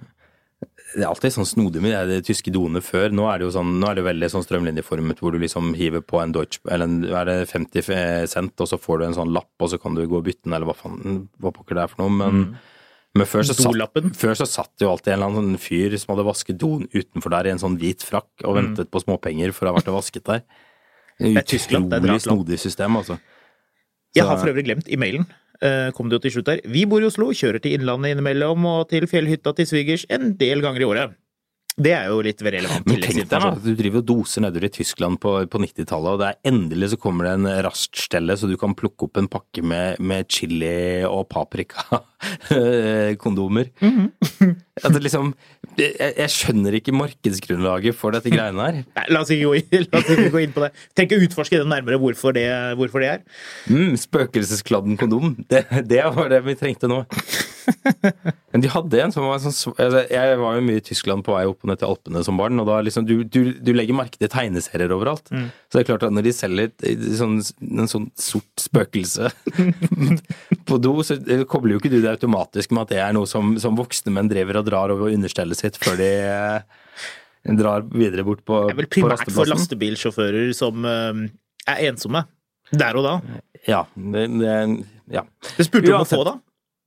Speaker 2: det er alltid sånn snodig med de tyske doene før. Nå er det jo sånn, nå er det jo veldig sånn strømlinjeformet hvor du liksom hiver på en Deutsch, eller en, er det 50 cent, og så får du en sånn lapp, og så kan du gå og bytte den, eller hva faen, hva pokker det er for noe. Men,
Speaker 1: Mm.
Speaker 2: men før, så satt,
Speaker 1: Dolappen.
Speaker 2: før så satt jo alltid en eller annen sånn fyr som hadde vasket doen utenfor der i en sånn hvit frakk og ventet på småpenger for å ha vært og vasket der.
Speaker 1: er Tyskland, Mm. det er et
Speaker 2: Utrolig
Speaker 1: rart land.
Speaker 2: snodig system, altså.
Speaker 1: Jeg
Speaker 2: Så-
Speaker 1: har for øvrig glemt i mailen. eh, Kom det jo til slutt der. Vi bor i Oslo, kjører til Innlandet innimellom og til fjellhytta til svigers en del ganger i året. Det er jo litt relevant.
Speaker 2: Men tenk deg da,
Speaker 1: tilleggsinformasjon.
Speaker 2: at du driver og doser nedover i Tyskland på, på 90-tallet, og det er endelig så kommer det en raststelle, så du kan plukke opp en pakke med, med chili og paprika-kondomer. At det liksom, jeg, jeg skjønner ikke markedsgrunnlaget for dette greiene her.
Speaker 1: Nei, la oss ikke gå inn, la oss ikke gå inn på det. Trenger ikke utforske det nærmere hvorfor det, hvorfor det er.
Speaker 2: Mm, spøkelseskladden kondom, det, det var det vi trengte nå. Men de hadde en som var sånn sv- altså, Jeg var jo mye i Tyskland på vei opp og ned til Alpene som barn, og da liksom Du, du, du legger merke til tegneserier overalt.
Speaker 1: Mm.
Speaker 2: Så det er klart at når de selger et- et sånn, en sånn sort spøkelse på do, så eh, kobler jo ikke du det automatisk med at det er noe som, som voksne menn driver og drar over understellet sitt før de eh, drar videre bort på,
Speaker 1: Det er vel
Speaker 2: på
Speaker 1: primært for
Speaker 2: rasteplassen.
Speaker 1: lastebilsjåfører som eh, er ensomme. Der og da.
Speaker 2: Ja. Det, det, ja.
Speaker 1: Det spurte du om å
Speaker 2: Uansett.
Speaker 1: få, da.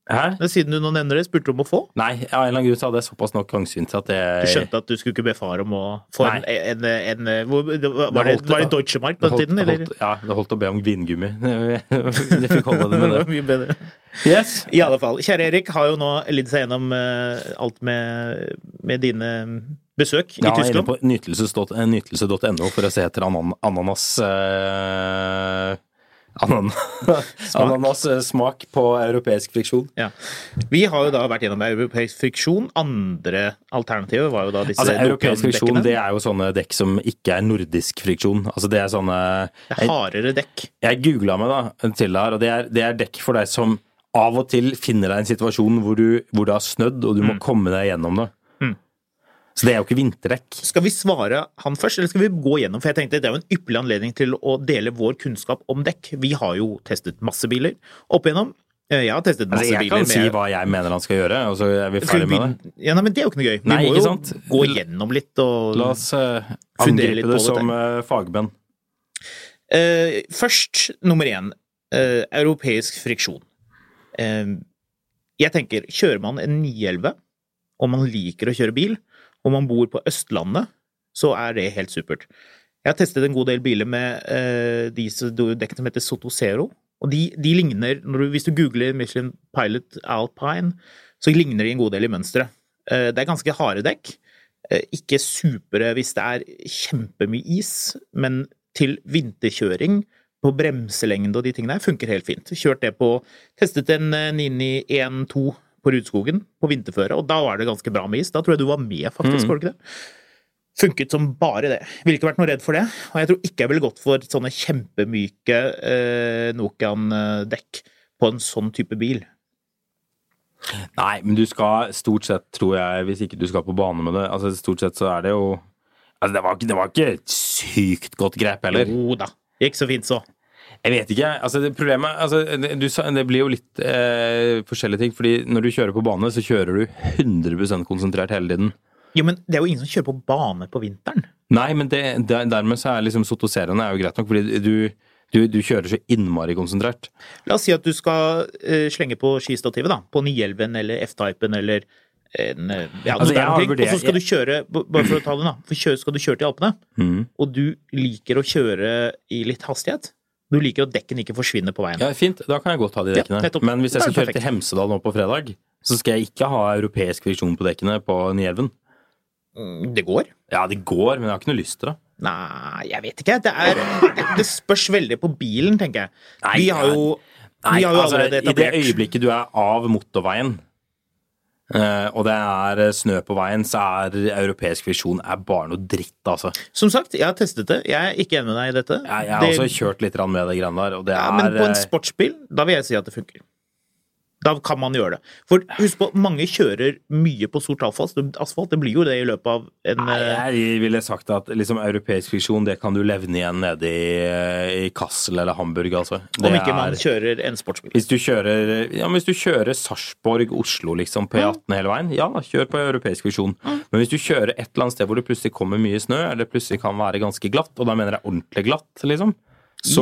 Speaker 2: Hæ?
Speaker 1: Siden du nå nevner det, spurte du om å få?
Speaker 2: Nei, av en eller annen grunn så hadde jeg såpass nok gangsyn til at det
Speaker 1: Du skjønte at du skulle ikke be far om å få en, en, en, hvor- Var det,
Speaker 2: holdt-
Speaker 1: var det Deutsche Mark på
Speaker 2: Det
Speaker 1: den tiden,
Speaker 2: holdt- det
Speaker 1: eller?
Speaker 2: Holdt, ja, det holdt å be om vingummi. Jeg fikk holde det med det.
Speaker 1: Mye bedre.
Speaker 2: Yes.
Speaker 1: I alle fall. Kjære Erik har jo nå lidd seg gjennom eh, alt med, med dine besøk i
Speaker 2: Ja, jeg
Speaker 1: Tyskland.
Speaker 2: er inne på eh, nytelse.no nytelse.no for å se etter anan ananas eh, anan Ananas eh, smak på europeisk friksjon.
Speaker 1: Ja. Vi har jo da vært gjennom europeisk friksjon. Andre alternativet var jo da disse
Speaker 2: Altså, Europeisk friksjon
Speaker 1: Dokan-dekkene.
Speaker 2: det er jo sånne dekk som ikke er nordisk friksjon. Altså, det er sånne
Speaker 1: Det er hardere dekk.
Speaker 2: Jeg googla meg da til det her, og det er, det er dekk for deg som av og til finner deg i en situasjon hvor, du, hvor det har snødd, og du må komme deg gjennom det. Så det er jo ikke vinterdekk.
Speaker 1: Skal vi svare han først, eller skal vi gå gjennom? For jeg tenkte Det er jo en ypperlig anledning til å dele vår kunnskap om dekk. Vi har jo testet masse biler opp igjennom. Eh, Jeg har testet masse
Speaker 2: Altså, jeg
Speaker 1: biler.
Speaker 2: kan si
Speaker 1: men jeg-
Speaker 2: hva jeg mener han skal gjøre, og så er vi
Speaker 1: Skal vi
Speaker 2: ferdig med det.
Speaker 1: begynne- Ja, nei, men Det er jo ikke noe gøy. Vi
Speaker 2: Nei,
Speaker 1: må
Speaker 2: ikke
Speaker 1: jo
Speaker 2: sant?
Speaker 1: gå gjennom litt og
Speaker 2: La oss eh,
Speaker 1: Fundere litt på
Speaker 2: angripe det
Speaker 1: det,
Speaker 2: som
Speaker 1: tenk.
Speaker 2: eh, fagmenn.
Speaker 1: Eh, først, nummer én, eh, europeisk friksjon. Eh, jeg tenker, kjører man en 911, og man liker å kjøre bil, og man bor på Østlandet, så er det helt supert. Jeg har testet en god del biler med eh, de som- de dekkene som heter Soto Zero, og de, de ligner, når du, hvis du googler Michelin Pilot Alpine, så ligner de en god del i mønstret. Eh, det er ganske harde dekk. Eh, ikke supre hvis det er kjempemye is, men til vinterkjøring på bremselengde og de tingene her funker helt fint. Kjørt det på Testet en eh, 991-2 på Rudskogen på vinterføre, og da var det ganske bra med is. Da tror jeg du var med, faktisk, var du ikke det? Funket som bare det. Ville ikke vært noe redd for det. Og jeg tror ikke jeg ville gått for sånne kjempemyke eh, Nokian-dekk på en sånn type bil.
Speaker 2: Nei, men du skal stort sett, tror jeg, hvis ikke du skal på bane med det altså Stort sett så er det jo Altså, det var, ikke- det var ikke et sykt godt grep heller.
Speaker 1: Jo da. Gikk så fint, så.
Speaker 2: Jeg vet ikke. altså Det problemet altså, det, du, sa- det blir jo litt eh, forskjellige ting. fordi når du kjører på bane, så kjører du 100 konsentrert hele tiden.
Speaker 1: Jo, men det er jo ingen som kjører på bane på vinteren.
Speaker 2: Nei, men det, der, dermed så er liksom sotoserende er jo greit nok, fordi du, du, du kjører så innmari konsentrert.
Speaker 1: La oss si at du skal eh, slenge på skistativet, da. På 911 eller F-typen eller en, eh, ja,
Speaker 2: Altså,
Speaker 1: noe der
Speaker 2: jeg har
Speaker 1: omkring. Og
Speaker 2: vurdert-
Speaker 1: så skal du kjøre, b- bare for å ta det, da. For kjøre, skal du kjøre til Alpene,
Speaker 2: Mm.
Speaker 1: og du liker å kjøre i litt hastighet. Du liker at dekken ikke forsvinner på veien.
Speaker 2: Ja, fint. Da kan jeg godt ha de
Speaker 1: Ja,
Speaker 2: dekkene.
Speaker 1: nettopp.
Speaker 2: Men hvis jeg
Speaker 1: Da er
Speaker 2: skal
Speaker 1: det
Speaker 2: kjøre
Speaker 1: perfekt.
Speaker 2: til Hemsedal nå på fredag, så skal jeg ikke ha europeisk friksjon på dekkene på Nielven.
Speaker 1: Mm, Det går.
Speaker 2: Ja, det går, men jeg har ikke noe lyst til det.
Speaker 1: Nei, jeg vet ikke. Det, er, det, det spørs veldig på bilen, tenker jeg.
Speaker 2: Nei,
Speaker 1: vi har jo,
Speaker 2: Nei,
Speaker 1: vi har jo
Speaker 2: altså,
Speaker 1: allerede
Speaker 2: I det
Speaker 1: etablert
Speaker 2: øyeblikket du er av motorveien, eh, og det er eh, snø på veien, så er europeisk friksjon er bare noe dritt, altså.
Speaker 1: Som sagt, jeg har testet det. Jeg er ikke enig med deg i dette.
Speaker 2: Jeg, jeg har
Speaker 1: Det-
Speaker 2: også kjørt litt grann med de greiene der, og det
Speaker 1: Ja,
Speaker 2: er
Speaker 1: men på en
Speaker 2: eh,
Speaker 1: sportsbil, da vil jeg si at det funker. Da kan man gjøre det. For husk på, mange kjører mye på sort asfalt. asfalt. Det blir jo det i løpet av en
Speaker 2: Nei,
Speaker 1: eh,
Speaker 2: jeg ville sagt at liksom, europeisk friksjon, det kan du levne igjen nede i, i Kassel eller Hamburg, altså.
Speaker 1: Om
Speaker 2: Det
Speaker 1: ikke man
Speaker 2: er-
Speaker 1: kjører en sportsbil.
Speaker 2: Hvis du kjører, ja, men hvis du kjører Sarpsborg-Oslo liksom,
Speaker 1: Mm.
Speaker 2: på E18 hele veien, ja da, kjør på europeisk visjon. Men hvis du kjører et eller annet sted hvor det plutselig kommer mye snø, eller det plutselig kan være ganske glatt, og da mener jeg ordentlig glatt, liksom, så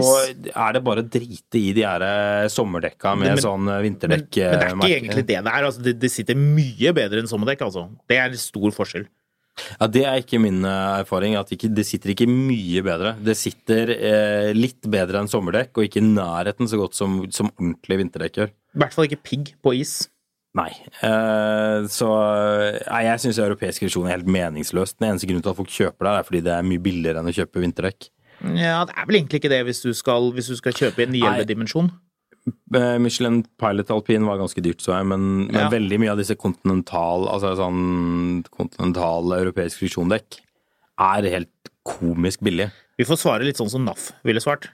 Speaker 2: er det bare å drite i de her eh, sommerdekka med sånn
Speaker 1: Men,
Speaker 2: eh,
Speaker 1: men
Speaker 2: vinterdekk.
Speaker 1: det er
Speaker 2: eh,
Speaker 1: ikke
Speaker 2: merke.
Speaker 1: egentlig det det er. Altså, det, det sitter mye bedre enn sommerdekk, altså. Det er stor forskjell.
Speaker 2: Ja, Det er ikke min eh, erfaring. at ikke, Det sitter ikke mye bedre. Det sitter eh, litt bedre enn sommerdekk, og ikke i nærheten så godt som, som ordentlig vinterdekk gjør.
Speaker 1: I hvert fall ikke pigg på is.
Speaker 2: Nei. Eh, så nei, jeg syns europeisk revisjon er helt meningsløst. Den eneste grunnen til at folk kjøper det, er fordi det er mye billigere enn å kjøpe vinterdekk.
Speaker 1: Ja, det er vel egentlig ikke det hvis du skal, hvis du skal kjøpe i en
Speaker 2: Nei.
Speaker 1: nihjelvedimensjon.
Speaker 2: Eh, Michelin Pilot Alpin var ganske dyrt, så jeg, men,
Speaker 1: Ja.
Speaker 2: men veldig mye av disse kontinental, altså sånn kontinental europeisk friksjondekk er helt komisk billige.
Speaker 1: Vi får svare litt sånn som NAF ville svart.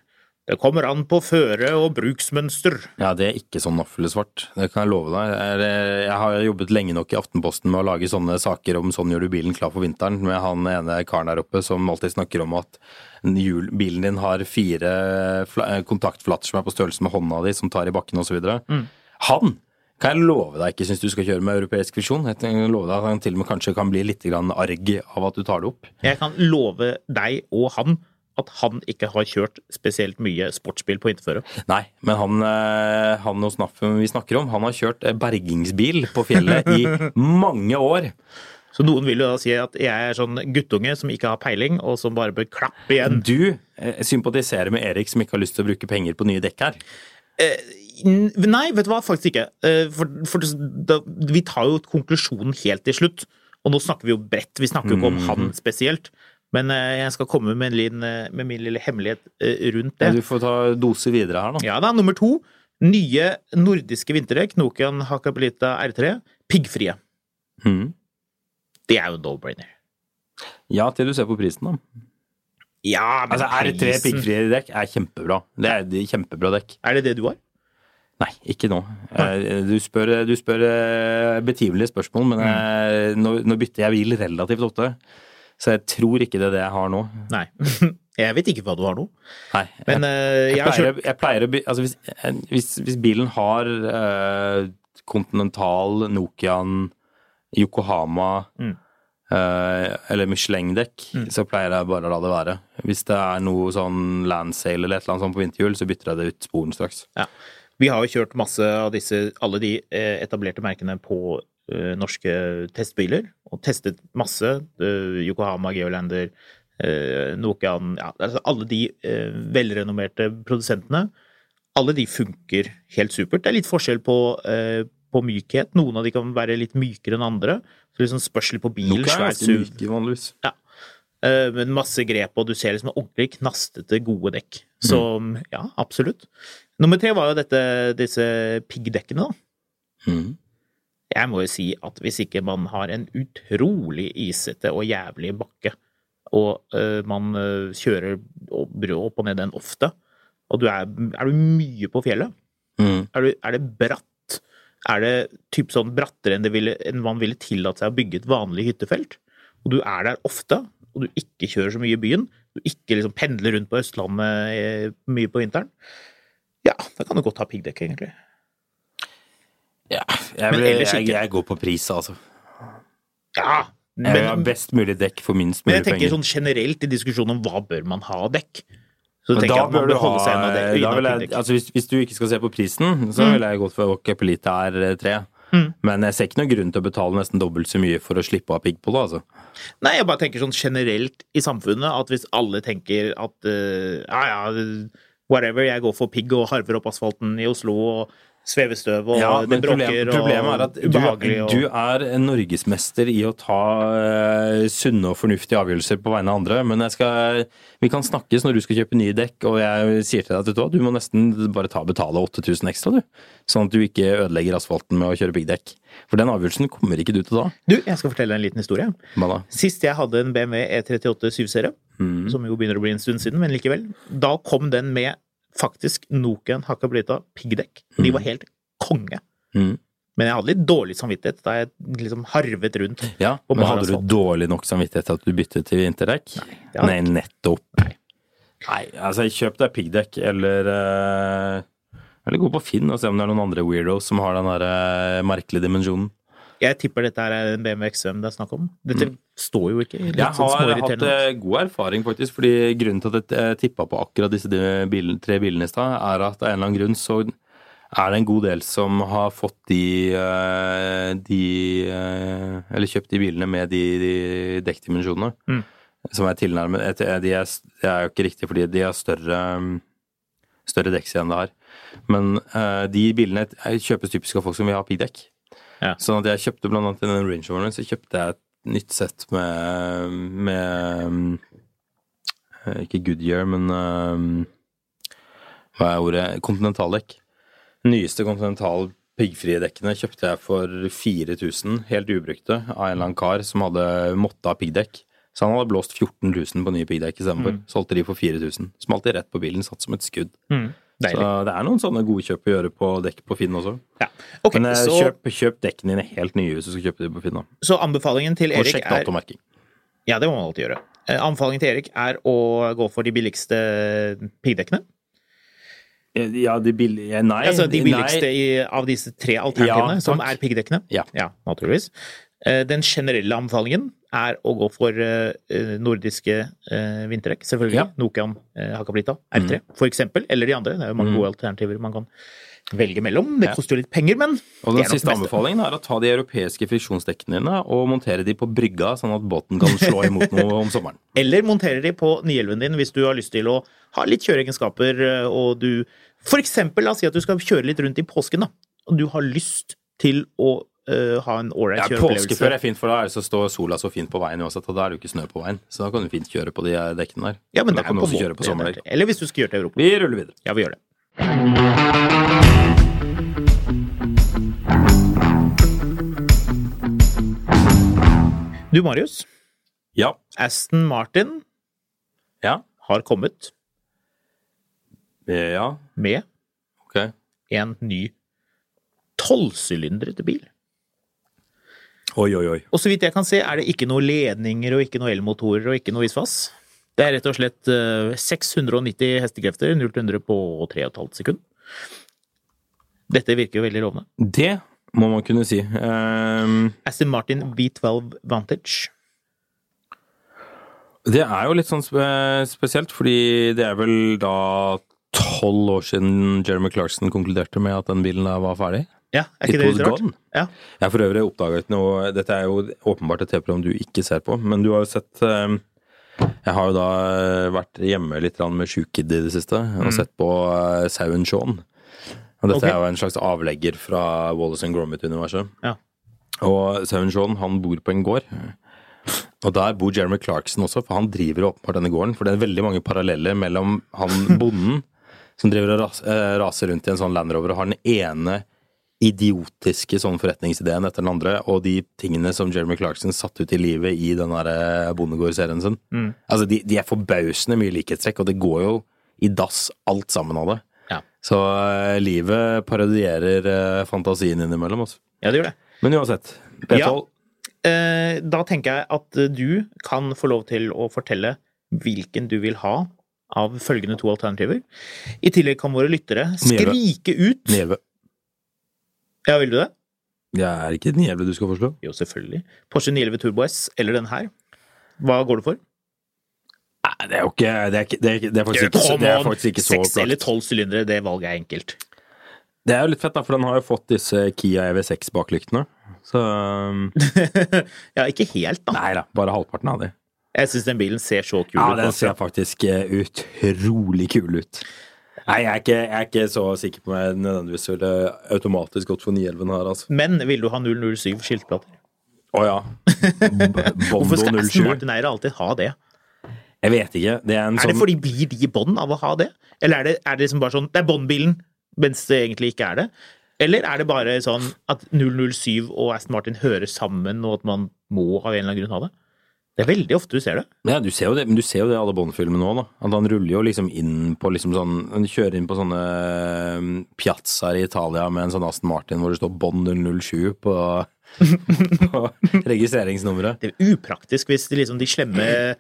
Speaker 1: Det kommer an på føre og bruksmønster.
Speaker 2: Ja, det er ikke sånn naffelsvart. Det kan jeg love deg. Jeg, er- eh, jeg har jobbet lenge nok i Aftenposten med å lage sånne saker om sånn gjør du bilen klar for vinteren, med han ene karen der oppe som alltid snakker om at en hjul- bilen din har fire fla- eh, kontaktflater som er på størrelse med hånda di, som tar i bakken osv. Mm. Han kan jeg love deg ikke syns du skal kjøre med europeisk visjon. Jeg kan love deg at han til og med kanskje kan bli litt grann arg av at du tar det opp.
Speaker 1: Jeg kan love deg og han at han ikke har kjørt spesielt mye sportsbil på vinterføre.
Speaker 2: Nei, men han, eh, han hos Naffen vi snakker om, han har kjørt eh, bergingsbil på fjellet i mange år.
Speaker 1: Så noen vil jo da si at jeg er sånn guttunge som ikke har peiling, og som bare bør klappe igjen.
Speaker 2: Du eh, sympatiserer med Erik som ikke har lyst til å bruke penger på nye dekk her.
Speaker 1: Eh, N- Nei, vet du hva, faktisk ikke. Eh, For, for da, vi tar jo konklusjonen helt til slutt, og nå snakker vi jo bredt. Vi snakker jo ikke om han spesielt. Men eh, jeg skal komme med, en liten, eh, med min lille hemmelighet eh, rundt det.
Speaker 2: Du får ta dose videre her nå.
Speaker 1: Ja da, nummer to. Nye nordiske vinterdekk, Nokian Hakapelita R3, piggfrie. Hmm.
Speaker 2: Mhm.
Speaker 1: Det er jo no-brainer.
Speaker 2: Ja, til du ser på prisen, da.
Speaker 1: Ja, men
Speaker 2: Altså, R3
Speaker 1: prisen-
Speaker 2: piggfrie dekk er kjempebra. Det er de kjempebra dekk.
Speaker 1: Er det det du har?
Speaker 2: Nei, ikke nå. Eh, Du spør, du spør eh, betimelige spørsmål, men eh, nå, nå bytter jeg bil relativt ofte. Så jeg tror ikke det er det jeg har nå.
Speaker 1: Nei. Jeg vet ikke hva du har nå.
Speaker 2: Nei.
Speaker 1: Men
Speaker 2: jeg,
Speaker 1: eh, jeg
Speaker 2: jeg,
Speaker 1: har kjørt
Speaker 2: pleier, jeg pleier å by... Altså, hvis, en- hvis, hvis bilen har eh, Continental, Nokian, Yokohama
Speaker 1: Mm.
Speaker 2: eh, eller Michelin-dekk, så pleier jeg bare å la det være. Hvis det er noe sånn landsail eller et eller annet sånt på vinterhjul, så bytter jeg det ut sporen straks.
Speaker 1: Ja. Vi har jo kjørt masse av disse, alle de eh, etablerte merkene på eh, norske testbiler, og testet masse. eh, Yokohama, Geolander, eh, Nokian ja, altså Alle de eh, velrenommerte produsentene. Alle de funker helt supert. Det er litt forskjell på, eh, på mykhet. Noen av de kan være litt mykere enn andre. Så liksom spørsel på bilen,
Speaker 2: Nokian
Speaker 1: svær
Speaker 2: er ganske
Speaker 1: SUV.
Speaker 2: myke vanligvis.
Speaker 1: Ja. Eh, Men masse grep, og du ser liksom ordentlig knastete, gode dekk. Så ja, absolutt. Nummer tre var jo dette, disse piggdekkene, da.
Speaker 2: Mhm.
Speaker 1: Jeg må jo si at hvis ikke man har en utrolig isete og jævlig bakke, og eh, man eh, kjører og- brå opp og ned den ofte, og du er, er du mye på fjellet,
Speaker 2: Mhm.
Speaker 1: er, du, er det bratt? Er det typ sånn brattere enn, det ville, enn man ville tillate seg å bygge et vanlig hyttefelt? Og du er der ofte, og du ikke kjører så mye i byen, du ikke liksom pendler rundt på Østlandet eh, mye på vinteren, ja, da kan du godt ha piggdekk, egentlig.
Speaker 2: Ja, jeg,
Speaker 1: Men
Speaker 2: vil,
Speaker 1: ellers
Speaker 2: jeg,
Speaker 1: ikke.
Speaker 2: jeg går på pris, altså.
Speaker 1: Ja,
Speaker 2: Jeg vil ha
Speaker 1: men, men
Speaker 2: best mulig dekk for minst mulig
Speaker 1: jeg tenker
Speaker 2: penger.
Speaker 1: sånn generelt i diskusjonen om hva bør man ha av dekk, så
Speaker 2: Men
Speaker 1: tenker
Speaker 2: da
Speaker 1: jeg at man
Speaker 2: bør du
Speaker 1: bør holde
Speaker 2: ha-
Speaker 1: seg unna dekk.
Speaker 2: da vil
Speaker 1: Unna
Speaker 2: jeg,
Speaker 1: piggdekk.
Speaker 2: altså hvis, hvis du ikke skal se på prisen,
Speaker 1: Mm.
Speaker 2: så ville jeg gått for Okepelita R3. eh, Men jeg ser ikke noen grunn til å betale nesten dobbelt så mye for å slippe å ha pigg på det. altså.
Speaker 1: Nei, jeg bare tenker sånn generelt i samfunnet at hvis alle tenker at eh, ja, ja, whatever, jeg går for pigg og harver opp asfalten i Oslo og svevestøv og det
Speaker 2: men
Speaker 1: bråker
Speaker 2: problem, problemet er at
Speaker 1: og ubehagelig
Speaker 2: du, du
Speaker 1: og
Speaker 2: er en norgesmester i å ta eh, sunne og fornuftige avgjørelser på vegne av andre. Men jeg skal, vi kan snakkes når du skal kjøpe nye dekk, og jeg sier til deg at vet du, hva, du må nesten bare ta og betale 8000 ekstra, du. Sånn at du ikke ødelegger asfalten med å kjøre piggdekk. For den avgjørelsen kommer ikke du til å ta.
Speaker 1: Du, jeg skal fortelle deg en liten historie.
Speaker 2: Hva da?
Speaker 1: Sist jeg hadde en BMW E38 7-serie, E
Speaker 2: Mm.
Speaker 1: som jo begynner å bli en stund siden, men likevel, da kom den med faktisk Nokian Hakablita piggdekk.
Speaker 2: Mm.
Speaker 1: De var helt konge.
Speaker 2: Mhm.
Speaker 1: Men jeg hadde litt dårlig samvittighet da jeg liksom harvet rundt.
Speaker 2: Ja,
Speaker 1: på
Speaker 2: men
Speaker 1: bar
Speaker 2: hadde
Speaker 1: asfalt.
Speaker 2: du dårlig nok samvittighet til at du byttet til vinterdekk? Nei,
Speaker 1: det hadde jeg
Speaker 2: nettopp. Nei. altså kjøp deg piggdekk eller eh, Eller gå på Finn og se om det er noen andre weirdos som har den der eh, merkelige dimensjonen.
Speaker 1: Jeg tipper dette her er en BMW XM det er snakk om. Dette
Speaker 2: Mm.
Speaker 1: står jo ikke. Litt
Speaker 2: Jeg
Speaker 1: sånn
Speaker 2: har hatt
Speaker 1: småirriterende.
Speaker 2: eh, god erfaring, faktisk, fordi grunnen til at jeg tippa på akkurat disse de- bilen- tre bilene i stad, er at av en eller annen grunn så er det en god del som har fått de, eh, de eh, Eller kjøpt de bilene med de, de dekkdimensjonene.
Speaker 1: Mm.
Speaker 2: Som er tilnærmet et- eh, De er, s- det er jo ikke riktig, fordi de har større um, Større dekkside enn det her. Men eh, de bilene eh, kjøpes typisk av folk som vil ha piggdekk.
Speaker 1: Ja.
Speaker 2: Sånn at jeg kjøpte blant annet i den Range Roveren, så kjøpte jeg et nytt sett med, med um, eh, Ikke Goodyear, men um, Hva er ordet? Kontinentaldekk. Nyeste kontinental piggfrie dekkene kjøpte jeg for 4000, helt ubrukte, av en eller annen kar som hadde måttet ha piggdekk. Så han hadde blåst 14 000 på nye piggdekk
Speaker 1: Mm.
Speaker 2: istedenfor. Solgte de for 4000. Smalt de rett på bilen, satt som et skudd.
Speaker 1: Mm. Deilig.
Speaker 2: Så det er noen sånne gode kjøp å gjøre på dekk på Finn også.
Speaker 1: Ja. Ok,
Speaker 2: Men eh,
Speaker 1: så,
Speaker 2: kjøp, kjøp dekkene dine helt nye hvis du skal kjøpe dem på Finn. da.
Speaker 1: så anbefalingen til
Speaker 2: Og
Speaker 1: Erik
Speaker 2: sjekk
Speaker 1: er
Speaker 2: datomerking.
Speaker 1: Ja, det må man alltid gjøre. Eh, Anbefalingen til Erik er å gå for de billigste piggdekkene.
Speaker 2: Eh, Ja, de billige Nei.
Speaker 1: Altså de
Speaker 2: nei.
Speaker 1: billigste i, av disse tre alternativene,
Speaker 2: Ja,
Speaker 1: som
Speaker 2: takk.
Speaker 1: er piggdekkene.
Speaker 2: Ja.
Speaker 1: naturligvis. Eh, Den generelle anbefalingen er å gå for eh, eh, nordiske eh, vinterdekk. Selvfølgelig.
Speaker 2: Ja. Mm.
Speaker 1: Nokian eh, Hakablita R3 for eksempel, eller de andre. Det er jo mange gode alternativer man kan velge mellom. Det koster jo litt penger, men
Speaker 2: Og
Speaker 1: det
Speaker 2: den
Speaker 1: er nok
Speaker 2: siste
Speaker 1: det beste.
Speaker 2: anbefalingen er å ta de europeiske friksjonsdekkene dine og montere de på brygga, sånn at båten kan slå imot noe om sommeren.
Speaker 1: Eller monterer de på 911-en din hvis du har lyst til å ha litt kjøreegenskaper, eh, og du For eksempel, la oss si at du skal kjøre litt rundt i påsken, da. Og du har lyst til å eh, ha en ålreit
Speaker 2: Ja,
Speaker 1: kjøreopplevelse.
Speaker 2: Påskeføre er fint, for da er det så står sola så fint på veien uansett, og da er det jo ikke snø på veien. Så da kan du fint kjøre på de eh, dekkene der.
Speaker 1: Ja, men det
Speaker 2: da
Speaker 1: er
Speaker 2: kan du
Speaker 1: på
Speaker 2: også
Speaker 1: en
Speaker 2: kjøre på
Speaker 1: måte
Speaker 2: sommerdekk.
Speaker 1: det. Eller hvis du skal gjøre det i Europa.
Speaker 2: Vi ruller videre.
Speaker 1: Ja, vi gjør det. Du, Marius.
Speaker 2: Ja.
Speaker 1: Aston Martin
Speaker 2: Ja.
Speaker 1: har kommet
Speaker 2: Eh, Ja.
Speaker 1: med
Speaker 2: Ok.
Speaker 1: en ny tolvsylindrete bil.
Speaker 2: Oi, oi, oi.
Speaker 1: Og så vidt jeg kan se, er det ikke noe ledninger og ikke noe elmotorer og ikke noe visvas. Det er rett og slett eh, 690 hestekrefter, 0-100 på 3,5 sekund. Dette virker jo veldig lovende.
Speaker 2: Det må man kunne si. Ehm,
Speaker 1: Aston Martin V12 Vantage.
Speaker 2: det er jo litt sånn spe spesielt, fordi det er vel da tolv år siden Jeremy Clarkson konkluderte med at den bilen der var ferdig.
Speaker 1: Ja, er
Speaker 2: It
Speaker 1: ikke det
Speaker 2: was
Speaker 1: litt rart?
Speaker 2: gone.
Speaker 1: Ja.
Speaker 2: Jeg har for øvrig oppdaget noe Dette er jo åpenbart et TV-program du ikke ser på, men du har jo sett eh, Jeg har jo da eh, vært hjemme litt grann med sjuk kid i det siste og sett på eh, Sauen Shaun. Og dette
Speaker 1: Ok.
Speaker 2: er jo en slags avlegger fra Wallace and Gromit-universet.
Speaker 1: Ja.
Speaker 2: Og Sauen Shaun, han bor på en gård. Og der bor Jeremy Clarkson også, for han driver åpenbart denne gården. For det er veldig mange paralleller mellom han bonden som driver og ras, eh, raser rundt i en sånn Land Rover og har den ene idiotiske sånn forretningsideen etter den andre, og de tingene som Jeremy Clarkson satte ut i livet i den der eh, bondegårdsserien sin. Altså, de, de er forbausende mye likhetstrekk, og det går jo i dass alt sammen av det.
Speaker 1: Ja.
Speaker 2: Så eh, livet parodierer eh, fantasien innimellom, altså.
Speaker 1: ja, det gjør det.
Speaker 2: Men uansett, B12
Speaker 1: Ja. Eh, Da tenker jeg at eh, du kan få lov til å fortelle hvilken du vil ha av følgende to alternativer. I tillegg kan våre lyttere skrike ut
Speaker 2: Neve.
Speaker 1: Ja, vil du det?
Speaker 2: Jeg er ikke den jævla du skal foreslå.
Speaker 1: Jo, selvfølgelig. Porsche 911 Turbo S eller den her. Hva går du for?
Speaker 2: Nei, det er jo ikke Det er, ikke, det er, ikke- det er faktisk, ikke, det er faktisk ikke så
Speaker 1: Seks
Speaker 2: opplagt.
Speaker 1: eller tolv sylindere, det valget er enkelt.
Speaker 2: Det er jo litt fett, da, for den har jo fått disse Kia E EV6-baklyktene. Så um,
Speaker 1: ja, ikke helt, da.
Speaker 2: Nei da, bare halvparten av de.
Speaker 1: Jeg syns den bilen ser så kul
Speaker 2: Ja,
Speaker 1: ut.
Speaker 2: den
Speaker 1: altså.
Speaker 2: ser faktisk eh, utrolig kul ut. Nei, jeg er ikke, jeg er ikke så sikker på om jeg nødvendigvis ville automatisk gått for 911 her, altså.
Speaker 1: Men vil du ha 007 skiltplater?
Speaker 2: Å ja. B-
Speaker 1: Hvorfor skal
Speaker 2: Bondo
Speaker 1: Aston
Speaker 2: 07.
Speaker 1: Martin eiere alltid ha det?
Speaker 2: Jeg vet ikke. Det er en
Speaker 1: Er det
Speaker 2: sånn
Speaker 1: fordi blir de i bånd av å ha det? Eller er det, er det liksom bare sånn Det er båndbilen, mens det egentlig ikke er det? Eller er det bare sånn at 007 og Aston Martin hører sammen, og at man må av en eller annen grunn ha det? Det er veldig ofte du ser det.
Speaker 2: Ja, du ser jo det, men du ser jo det i alle Bond-filmene òg, da. At han ruller jo liksom inn på liksom sånn Han kjører inn på sånne um, piazzaer i Italia med en sånn Aston Martin hvor det står Bond 007 på, på registreringsnummeret.
Speaker 1: det er upraktisk hvis de, liksom, de slemme eh,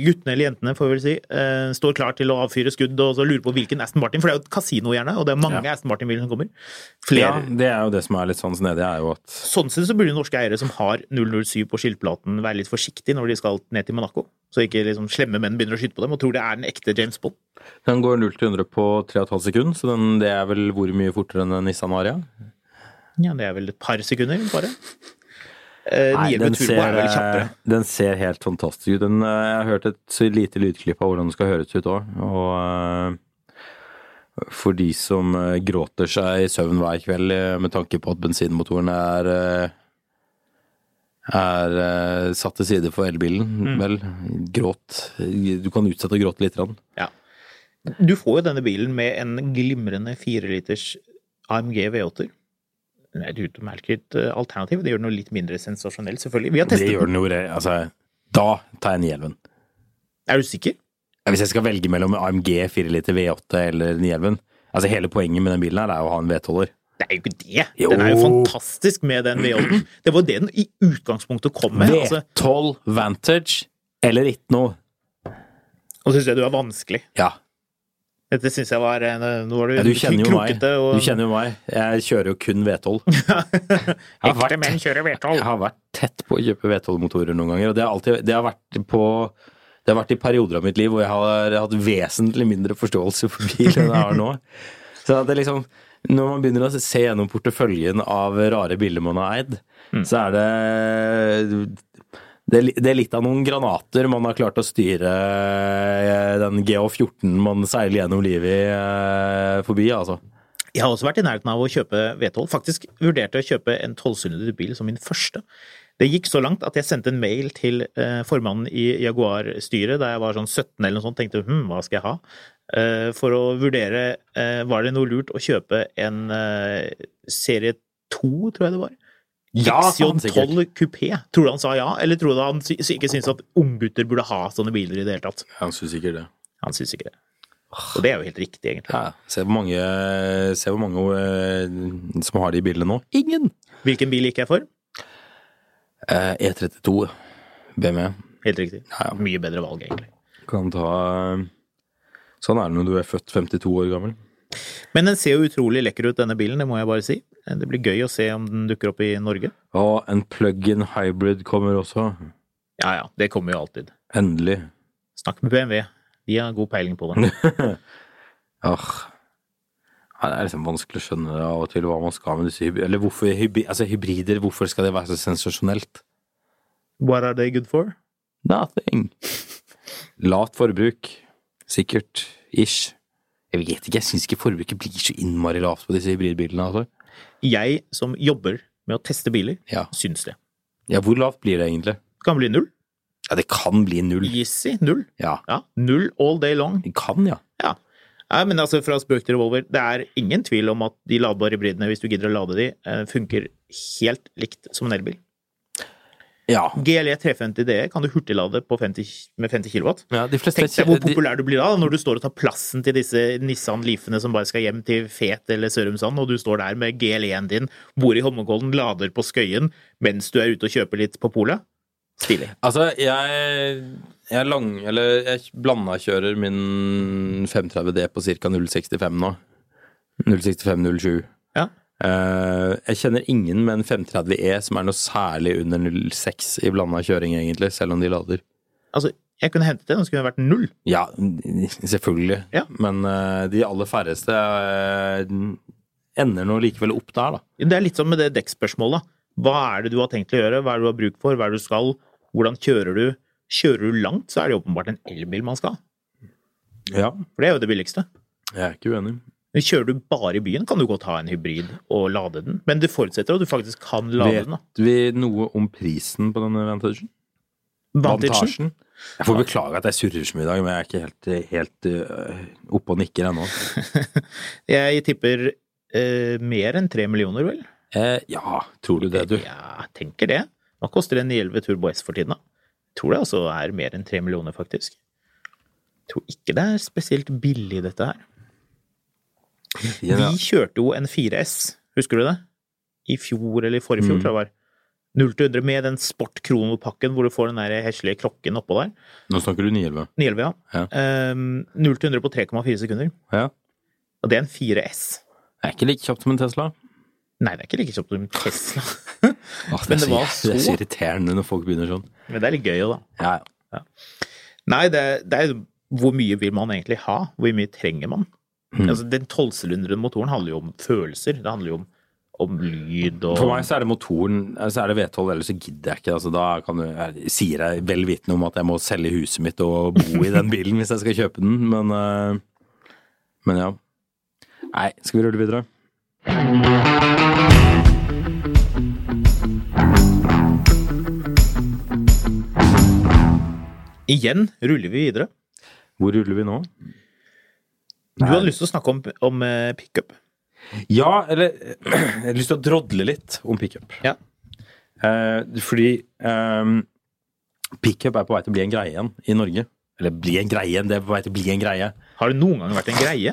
Speaker 1: guttene eller jentene får jeg vel si, eh, står klar til å avfyre skudd og så lurer på hvilken Aston Martin, for det er jo et kasino gjerne, og det er mange Aston Martin-biler som kommer.
Speaker 2: Ja,
Speaker 1: Flere.
Speaker 2: det er jo det som er litt sånn snedig, er jo at
Speaker 1: Sånn sett så burde norske eiere som har 007 på skiltplaten være litt forsiktige når de skal ned til Monaco, så ikke liksom slemme menn begynner å skyte på dem og tror det er den ekte James Bond.
Speaker 2: Den går 0 til 100 på 3,5 sekunder, så den, det er vel hvor mye fortere enn en Nissan Aria?
Speaker 1: Ja, det er vel et par sekunder, bare. Eh,
Speaker 2: Nei, eh,
Speaker 1: 911 Turbo er vel kjappere.
Speaker 2: den ser helt fantastisk ut. Den, eh, jeg har hørt et så lite lydklipp av hvordan den skal høres ut òg. Og eh, for de som eh, gråter seg i søvn hver kveld eh, med tanke på at bensinmotoren er eh, er eh, satt til side for elbilen.
Speaker 1: Mm.
Speaker 2: Vel, gråt. eh, Du kan utsette å gråte lite grann.
Speaker 1: Ja. Du får jo denne bilen med en glimrende 4-liters AMG V8-er. Det er et utmerket eh, alternativ. Det gjør den jo litt mindre sensasjonell, selvfølgelig. Vi har testet den.
Speaker 2: jo, re- altså Da tar jeg Nielven.
Speaker 1: Er du sikker?
Speaker 2: Ja, Hvis jeg skal velge mellom AMG 4 liter V8 eller Nielven Altså Hele poenget med den bilen her er jo å ha en V12-er.
Speaker 1: Det er jo ikke det! Den er jo
Speaker 2: Jo.
Speaker 1: fantastisk med den V8-en. Det var jo det den i utgangspunktet kom med. Altså,
Speaker 2: V12 Vantage eller ikke noe.
Speaker 1: nå syns jeg du er vanskelig.
Speaker 2: Ja.
Speaker 1: Dette syns jeg var eh, Nå var du,
Speaker 2: ja du kjenner jo meg.
Speaker 1: krokete og
Speaker 2: Du kjenner jo meg. Jeg kjører jo kun V12. har vært-
Speaker 1: Ekte menn kjører V12.
Speaker 2: Jeg har vært tett på å kjøpe V12-motorer noen ganger, og det har alltid det har vært på det har vært i perioder av mitt liv hvor jeg har hatt vesentlig mindre forståelse for bil enn jeg har nå. Så at det liksom, når man begynner å se gjennom porteføljen av rare biler man har eid, så er det det er li- det er litt av noen granater man har klart å styre eh, den GH14 man seiler gjennom livet i, eh, forbi, altså.
Speaker 1: Jeg har også vært i nærheten av å kjøpe V12. Faktisk vurderte jeg å kjøpe en tolvsylindret bil som min første. Det gikk så langt at jeg sendte en mail til eh, formannen i Jaguar-styret da jeg var sånn 17 eller noe sånt, tenkte hm, hva skal jeg ha? Eh, for å vurdere eh, var det noe lurt å kjøpe en eh, serie 2, tror jeg det var.
Speaker 2: faen, sikkert.
Speaker 1: XJ12 kupé. Tror du han sa ja, eller tror du han sy sy- ikke syntes at unggutter burde ha sånne biler i det hele tatt?
Speaker 2: Han synes sikkert det.
Speaker 1: Han syns ikke det. Og det er jo helt riktig, egentlig.
Speaker 2: Ja, se hvor mange, se hvor mange eh, som har de bilene nå. Ingen!
Speaker 1: Hvilken bil gikk jeg for?
Speaker 2: Eh, E32 BMW.
Speaker 1: Helt riktig.
Speaker 2: Ja, ja.
Speaker 1: Mye bedre valg, egentlig.
Speaker 2: Kan ta eh, Sånn er det når du er født 52 år gammel.
Speaker 1: Men den ser jo utrolig lekker ut, denne bilen, det må jeg bare si. Det blir gøy å se om den dukker opp i Norge.
Speaker 2: Og en plug-in hybrid kommer også.
Speaker 1: Ja ja, det kommer jo alltid.
Speaker 2: Endelig.
Speaker 1: Snakk med BMW, de har god peiling på det.
Speaker 2: Ah. Ja, Det er liksom vanskelig å skjønne av og til hva man skal med disse hybrider. Eller hvorfor hybri- altså, hybrider, hvorfor skal det være så sensasjonelt?
Speaker 1: What are they good for?
Speaker 2: Nothing. Lat forbruk. Sikkert. Ish. Jeg vet ikke, jeg syns ikke forbruket blir så innmari lavt på disse hybridbilene. Altså.
Speaker 1: Jeg som jobber med å teste biler,
Speaker 2: Ja.
Speaker 1: syns det.
Speaker 2: ja, hvor lavt blir det egentlig?
Speaker 1: Kan bli null.
Speaker 2: Ja, det kan bli null.
Speaker 1: Easy null.
Speaker 2: Ja.
Speaker 1: Ja, null all day long.
Speaker 2: Det kan, ja.
Speaker 1: Ja. Nei, men altså, fra spøk til revolver, det er ingen tvil om at de ladbare hybridene, hvis du gidder å lade de, eh, funker helt likt som en elbil.
Speaker 2: Ja.
Speaker 1: GLE 350 DE kan du hurtiglade på 50, med 50 kW.
Speaker 2: Ja, de fleste
Speaker 1: Tenk deg hvor
Speaker 2: de-
Speaker 1: populær du blir da, når du står og tar plassen til disse Nissan Leafene som bare skal hjem til Fet eller Sørumsand, og du står der med GL1-en din, bor i Holmenkollen, lader på Skøyen mens du er ute og kjøper litt på polet. Stilig.
Speaker 2: Altså, jeg, jeg lang... Eller jeg blanda kjører min 530D på ca. 065 nå. 065-07.
Speaker 1: Ja.
Speaker 2: Eh, jeg kjenner ingen med en 530E som er noe særlig under 06 i blanda kjøring, egentlig, selv om de lader.
Speaker 1: Altså, jeg kunne hentet det, nå skulle det vært null.
Speaker 2: Ja, selvfølgelig.
Speaker 1: Ja.
Speaker 2: Men eh, de aller færreste eh, ender nå likevel opp der, da.
Speaker 1: Det er litt som med det dekkspørsmålet. Hva er det du har tenkt å gjøre, hva er det du har bruk for, hva er det du skal, hvordan kjører du? Kjører du langt, så er det jo åpenbart en elbil man skal ha,
Speaker 2: Ja,
Speaker 1: for det er jo det billigste.
Speaker 2: jeg er ikke uenig.
Speaker 1: Men Kjører du bare i byen, kan du godt ha en hybrid og lade den, men det forutsetter at du faktisk kan lade den. da.
Speaker 2: Vet vi noe om prisen på denne Vantagen?
Speaker 1: Vantagen?
Speaker 2: Vantagen? Jeg får beklage at jeg surrer så mye i dag, men jeg er ikke helt, helt eh, oppe og nikker ennå.
Speaker 1: Jeg tipper eh, mer enn tre millioner, vel?
Speaker 2: Eh, ja, tror du det, du?
Speaker 1: Ja, tenker det. Hva koster en 911 Turbo S for tiden, da? Tror det altså er mer enn tre millioner, faktisk. Tror ikke det er spesielt billig, dette her.
Speaker 2: Ja,
Speaker 1: Vi kjørte jo en 4S, husker du det? I fjor eller i forrige
Speaker 2: Mm.
Speaker 1: fjor, tror jeg det var. 0 til 100 med den sportkronopakken hvor du får den der heslige klokken oppå der.
Speaker 2: Nå snakker du 911.
Speaker 1: 911, ja.
Speaker 2: Ja.
Speaker 1: Ehm, 0 til 100 på 3,4 sekunder.
Speaker 2: Ja.
Speaker 1: Og det er en 4S.
Speaker 2: Det er ikke like kjapt som en Tesla.
Speaker 1: Nei, det er ikke like kjapt som en Tesla.
Speaker 2: Åh,
Speaker 1: Men
Speaker 2: det, er
Speaker 1: det
Speaker 2: så,
Speaker 1: var
Speaker 2: det er
Speaker 1: så-
Speaker 2: så irriterende når folk begynner sånn.
Speaker 1: Men det er litt gøy, jo, da.
Speaker 2: Ja, ja.
Speaker 1: Nei, det, det er jo hvor mye vil man egentlig ha? Hvor mye trenger man?
Speaker 2: Hmm.
Speaker 1: Altså, den tolvsylindrede motoren handler jo om følelser. Det handler jo om, om lyd og
Speaker 2: For meg så er det motoren, så er det V12, ellers så gidder jeg ikke. Altså, da kan du, jeg sier jeg vel vitende om at jeg må selge huset mitt og bo i den bilen hvis jeg skal kjøpe den, men, eh, men ja. Nei, skal vi rulle videre?
Speaker 1: Igjen ruller vi videre.
Speaker 2: Hvor ruller vi nå?
Speaker 1: Du hadde lyst til å snakke om, om eh, pickup.
Speaker 2: Ja, eller jeg har lyst til å drodle litt om pickup.
Speaker 1: Ja.
Speaker 2: Eh, fordi eh, Pickup er på vei til å bli en greie igjen i Norge. Eller bli en greie igjen, det er på vei til å bli en greie.
Speaker 1: Har det noen gang vært en greie?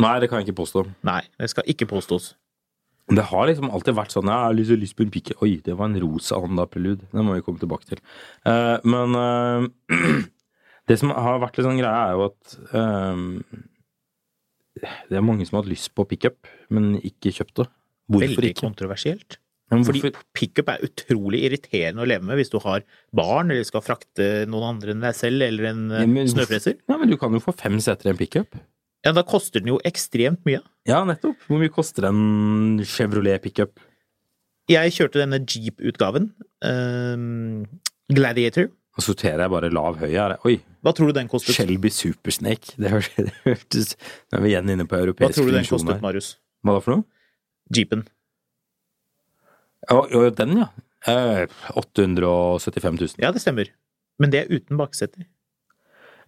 Speaker 2: Nei, det kan jeg ikke påstå.
Speaker 1: Nei, det skal ikke påstås.
Speaker 2: Det har liksom alltid vært sånn Jeg har lyst, lyst på en pike Oi, det var en rosa anda-prelude. Det må vi komme tilbake til. Eh, men eh, det som har vært litt sånn greie, er jo at eh, Det er mange som har hatt lyst på pickup, men ikke kjøpt det. Hvorfor
Speaker 1: Veldig
Speaker 2: ikke?
Speaker 1: kontroversielt.
Speaker 2: Men
Speaker 1: Fordi
Speaker 2: hvorfor-
Speaker 1: pickup er utrolig irriterende å leve med hvis du har barn, eller skal frakte noen andre enn deg selv, eller en eh,
Speaker 2: Ja, men-
Speaker 1: snøfreser.
Speaker 2: Ja, men du kan jo få fem seter i en pickup.
Speaker 1: Ja, da koster den jo ekstremt mye.
Speaker 2: Ja, nettopp. Hvor mye koster en Chevrolet pickup?
Speaker 1: Jeg kjørte denne Jeep-utgaven, eh, Gladiator.
Speaker 2: Og sorterer jeg bare lav høy her. Oi,
Speaker 1: Hva tror du den kostet?
Speaker 2: Shelby Supersnake. Det hør- det hørtes Nå er vi igjen inne på
Speaker 1: Hva
Speaker 2: europeisk
Speaker 1: tror du den
Speaker 2: funksjon
Speaker 1: kostet,
Speaker 2: her.
Speaker 1: Marius?
Speaker 2: Hva da for noe?
Speaker 1: Jeepen.
Speaker 2: Ja, ja, den, ja. Eh, 875 000.
Speaker 1: Ja, det stemmer. Men det er uten bakseter.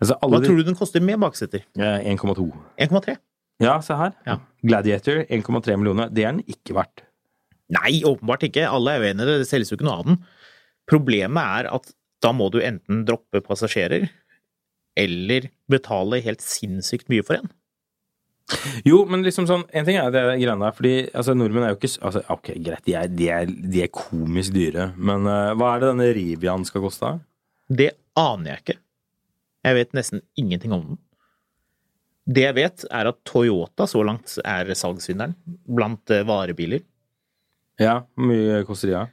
Speaker 2: Altså, alle
Speaker 1: Hva tror du den koster med bakseter?
Speaker 2: de- eh, 1,2.
Speaker 1: 1,3.
Speaker 2: Ja, se her.
Speaker 1: Ja.
Speaker 2: Gladiator 1,3 millioner. Det er den ikke verdt.
Speaker 1: Nei, åpenbart ikke. Alle er jo enige i det. Det selges jo ikke noe av den. Problemet er at da må du enten droppe passasjerer, eller betale helt sinnssykt mye for en.
Speaker 2: Jo, men liksom sånn, en ting er det greiene der, fordi altså, nordmenn er jo ikke s- altså, Ok, greit, de er, de er, de er komisk dyre, men eh, hva er det denne Rivian skal koste?
Speaker 1: Det aner jeg ikke. Jeg vet nesten ingenting om den. Det jeg vet, er at Toyota så langt er salgsvinneren blant eh, varebiler.
Speaker 2: Ja, hvor mye koster de? Ja?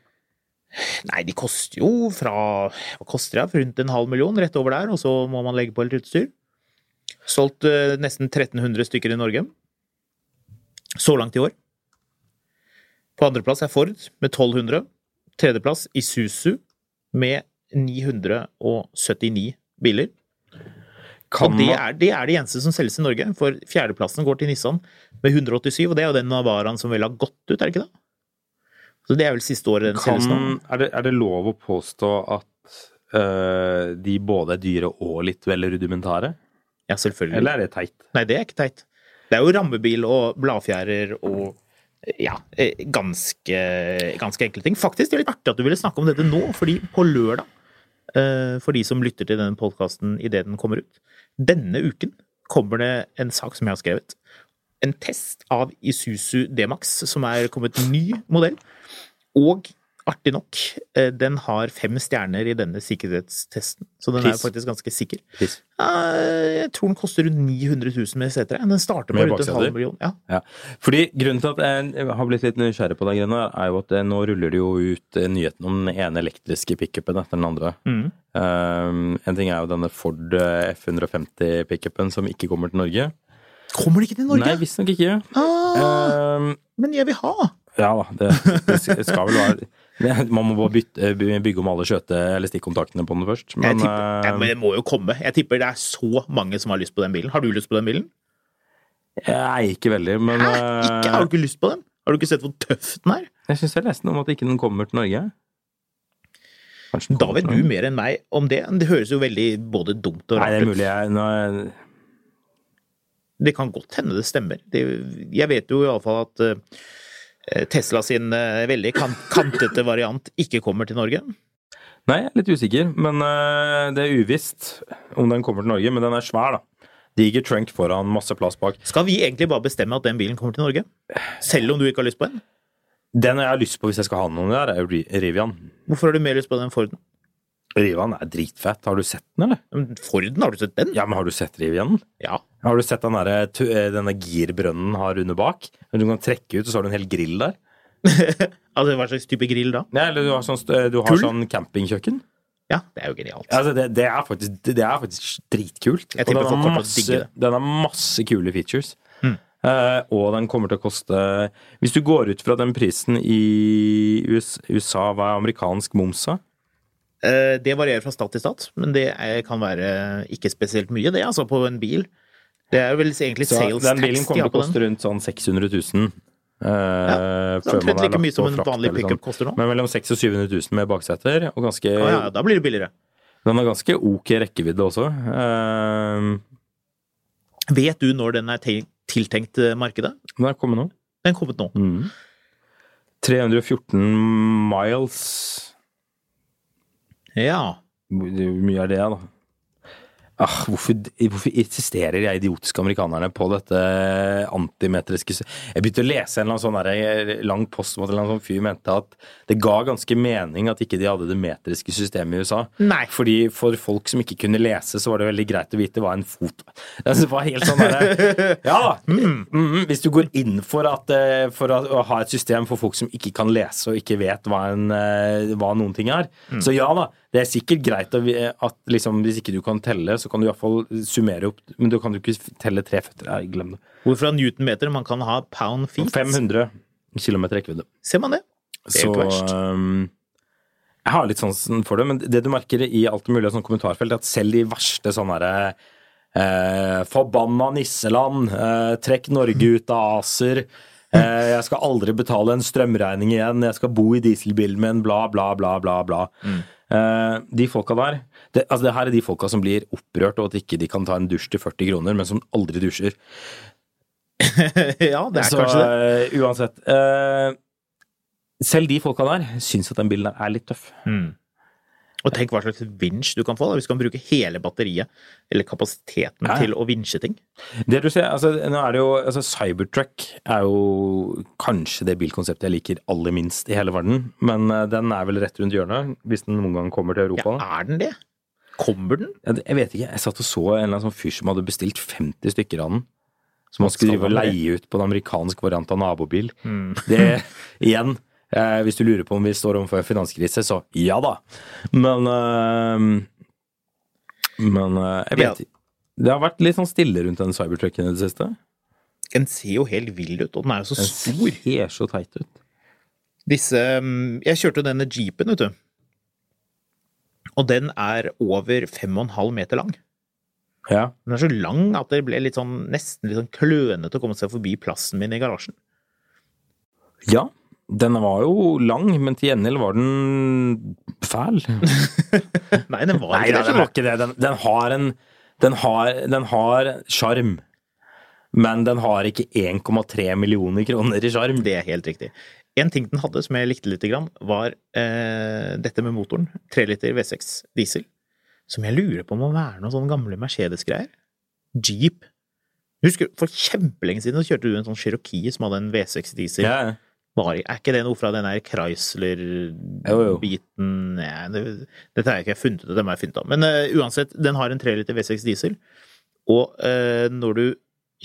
Speaker 1: Nei, de koster jo fra Hva koster det? Rundt en halv million, rett over der, og så må man legge på litt utstyr. Solgt eh, nesten 1300 stykker i Norge. Så langt i år. På andreplass er Ford med 1200. Tredjeplass Isuzu med 979 biler.
Speaker 2: Kan
Speaker 1: og det
Speaker 2: man-
Speaker 1: er, det er det eneste som selges i Norge, for fjerdeplassen går til Nissan med 187, og det er jo den Navaraen som vel har gått ut, er det ikke det? Så det er vel siste året den selges nå.
Speaker 2: Kan, er, det, er det lov å påstå at eh, de både er dyre og litt vel rudimentære?
Speaker 1: Ja, selvfølgelig.
Speaker 2: Eller er det teit?
Speaker 1: Nei, det er ikke teit. Det er jo rammebil og bladfjærer og ja, eh, ganske, ganske enkle ting. Faktisk, det er litt artig at du ville snakke om dette nå, fordi på lørdag, eh, for de som lytter til denne podkasten idet den kommer ut, denne uken kommer det en sak som jeg har skrevet. En test av Isuzu D-Max, som er kommet ny modell. Og artig nok, eh, den har fem stjerner i denne sikkerhetstesten, så den er
Speaker 2: Pris.
Speaker 1: faktisk ganske sikker.
Speaker 2: Pris.
Speaker 1: Ja, Jeg tror den koster rundt 900 000 med setere. Den starter på
Speaker 2: Med
Speaker 1: rundt en
Speaker 2: bakseter?
Speaker 1: halv million. Ja.
Speaker 2: Ja. Fordi Grunnen til at jeg har blitt litt nysgjerrig på den greia, er jo at eh, nå ruller det jo ut eh, nyheten om den ene elektriske pickupen etter den andre.
Speaker 1: Mm.
Speaker 2: Um, en ting er jo denne Ford eh, F150-pickupen som ikke kommer til Norge.
Speaker 1: Kommer det ikke til Norge?
Speaker 2: Nei, visstnok ikke.
Speaker 1: ah,
Speaker 2: Um,
Speaker 1: men jeg vil ha!
Speaker 2: ja da, det, det skal vel være det- Man må bare bytte, eh, bygge om alle skjøte- eller stikkontaktene på den først.
Speaker 1: Jeg
Speaker 2: Men,
Speaker 1: tipper, ja,
Speaker 2: eh,
Speaker 1: men det må jo komme. Jeg tipper det er så mange som har lyst på den bilen. Har du lyst på den bilen?
Speaker 2: Nei, ikke veldig. Men
Speaker 1: Hæ? Ikke, har du ikke lyst på den? Har du ikke sett hvor tøff den er?
Speaker 2: eh, jeg syns jeg leste noe om at ikke den kommer til Norge. Kanskje den
Speaker 1: Da
Speaker 2: kommer
Speaker 1: vet
Speaker 2: til
Speaker 1: du
Speaker 2: Norge.
Speaker 1: mer enn meg om det. Det høres jo veldig både dumt og
Speaker 2: Mm. Nei, det
Speaker 1: rart
Speaker 2: er
Speaker 1: ut.
Speaker 2: mulig jeg nå, er-
Speaker 1: Det kan godt hende det stemmer. Det, jeg vet jo iallfall at eh, Tesla sin eh, veldig kan, kantete variant ikke kommer til Norge.
Speaker 2: Nei, jeg er litt usikker, men eh, det er uvisst om den kommer til Norge. Men den er svær, da. Diger trunk foran, masse plass bak.
Speaker 1: Skal vi egentlig bare bestemme at den bilen kommer til Norge? Selv om du ikke har lyst på den?
Speaker 2: Den jeg har lyst på hvis jeg skal ha noen der, er jo Ri- Rivian.
Speaker 1: Hvorfor har du mer lyst på den Forden?
Speaker 2: Rivian er dritfett. Har du sett den, eller?
Speaker 1: Men Forden, har du sett den?
Speaker 2: Ja, men har du sett Rivian?
Speaker 1: Ja.
Speaker 2: Har du sett den derre tu- eh, denne girbrønnen den har under bak? Du kan trekke ut, og så har du en hel grill der.
Speaker 1: Altså, hva slags type grill da?
Speaker 2: Nei, eller du har sånn, st- eh, du har
Speaker 1: Kull?
Speaker 2: sånn campingkjøkken.
Speaker 1: Ja, det er jo genialt.
Speaker 2: Altså, det, det, er faktisk, det er faktisk dritkult.
Speaker 1: Jeg tipper
Speaker 2: og den
Speaker 1: folk
Speaker 2: har,
Speaker 1: kommer til å digge
Speaker 2: masse,
Speaker 1: det. Mm.
Speaker 2: den har masse kule features. Eh, og den kommer til å koste Hvis du går ut fra den prisen i US, USA, hva er amerikansk moms da?
Speaker 1: Eh, Det varierer fra stat til stat, men det er, kan være ikke spesielt mye, det, altså, på en bil. Det er vel egentlig
Speaker 2: Så
Speaker 1: sales
Speaker 2: Den bilen
Speaker 1: tax de
Speaker 2: kommer
Speaker 1: har på
Speaker 2: til å koste
Speaker 1: den.
Speaker 2: rundt sånn 600 000. eh,
Speaker 1: Ja, så
Speaker 2: før man
Speaker 1: omtrent
Speaker 2: har
Speaker 1: like
Speaker 2: lagt
Speaker 1: mye som
Speaker 2: på
Speaker 1: en
Speaker 2: frakt
Speaker 1: vanlig
Speaker 2: eller sånn.
Speaker 1: pickup koster nå.
Speaker 2: Men eh, mellom 600 000 og 700 000 med bakseter. Og ganske,
Speaker 1: Ja, ja, da blir det billigere.
Speaker 2: Den har ganske ok rekkevidde også. Eh,
Speaker 1: Vet du når den er te- tiltenkt eh, markedet?
Speaker 2: den er kommet nå.
Speaker 1: Den er kommet nå.
Speaker 2: Mm. 314 miles
Speaker 1: Ja.
Speaker 2: Hvor mye er det, da? Ah, hvorfor, hvorfor insisterer jeg idiotiske amerikanerne på dette antimetriske sy- Jeg begynte å lese en eller annen sånn der, eh, lang post om at en eller annen sånn fyr mente at det ga ganske mening at ikke de hadde det metriske systemet i USA.
Speaker 1: Nei.
Speaker 2: Fordi for folk som ikke kunne lese, så var det veldig greit å vite hva en fot altså, Det var helt sånn derre Ja! Mm, mm, hvis du går inn for, at, eh, for at, å ha et system for folk som ikke kan lese og ikke vet hva, en, eh, hva noen ting er, så ja da. Det er sikkert greit å vi- at liksom, hvis ikke du kan telle, så kan du iallfall summere opp Men du kan jo ikke telle tre føtter. Nei, glem det.
Speaker 1: Hvorfor har newtonmeter? Man kan ha pound feet.
Speaker 2: 500 km rekkevidde.
Speaker 1: Ser man det? Det er jo
Speaker 2: Så
Speaker 1: ikke verst.
Speaker 2: ehm, jeg har litt sansen for det, men det du merker i alt mulig av sånn kommentarfelt, er at selv de verste sånne herre eh, Forbanna nisseland, eh, trekk Norge ut av ACER, eh, jeg skal aldri betale en strømregning igjen, jeg skal bo i dieselbilen min, bla, bla, bla, bla. bla.
Speaker 1: Mm.
Speaker 2: Eh, de folka der det, altså det her er de folka som blir opprørt over at ikke de kan ta en dusj til 40 kroner, men som aldri dusjer.
Speaker 1: ja, det er
Speaker 2: Så
Speaker 1: kanskje det.
Speaker 2: eh, uansett. eh, selv de folka der syns at den bilen er litt tøff.
Speaker 1: Og tenk hva slags vinsj du kan få da, hvis du kan bruke hele batteriet, eller kapasiteten
Speaker 2: Ja, ja.
Speaker 1: til å vinsje ting.
Speaker 2: Det du ser, altså, nå er det jo, altså, Cybertruck er jo kanskje det bilkonseptet jeg liker aller minst i hele verden. Men eh, den er vel rett rundt hjørnet, hvis den noen gang kommer til
Speaker 1: Ja,
Speaker 2: Europa. da.
Speaker 1: er den det? Kommer den?
Speaker 2: Jeg, jeg vet ikke, jeg satt og så en eller annen sånn fyr som hadde bestilt 50 stykker av den. Som han
Speaker 1: Skal
Speaker 2: skulle
Speaker 1: Hmm.
Speaker 2: drive og
Speaker 1: han det?
Speaker 2: leie ut på en amerikansk variant av nabobil. Det, igjen, eh, hvis du lurer på om vi står overfor en finanskrise, så ja da. Men eh, Men eh, jeg
Speaker 1: Ja.
Speaker 2: vet ikke. Det har vært litt sånn stille rundt den cybertrucken i det siste.
Speaker 1: Den ser jo helt vill ut, og den er jo så
Speaker 2: Den
Speaker 1: stor.
Speaker 2: ser så teit ut.
Speaker 1: Disse mm, Jeg kjørte jo denne jeepen, vet du. Og den er over 5,5 meter lang.
Speaker 2: Ja.
Speaker 1: Den er så lang at det ble litt sånn, nesten litt sånn klønete å komme seg forbi plassen min i garasjen.
Speaker 2: ja. Den var jo lang, men til gjengjeld var den fæl. Nei,
Speaker 1: Nei, den var ikke det.
Speaker 2: den var
Speaker 1: skjønner du.
Speaker 2: ikke det. Den, den har en Den har den har sjarm. Men den har ikke 1,3 millioner kroner i sjarm.
Speaker 1: Det er helt riktig. En ting den hadde som jeg likte lite grann, var eh, dette med motoren. 3 liter V6 diesel. Som jeg lurer på om må være noen sånne gamle Mercedes-greier. Jeep. Husker du, For kjempelenge siden så kjørte du en sånn Cherokee som hadde en V6 diesel.
Speaker 2: Ja,
Speaker 1: Var, i- er ikke det noe fra den der
Speaker 2: Jo, jo.
Speaker 1: Chrysler-biten Nei, det- Dette har jeg ikke funnet ut, det må jeg finne ut av. Men eh, uansett, den har en 3 liter V6 diesel, og eh, når du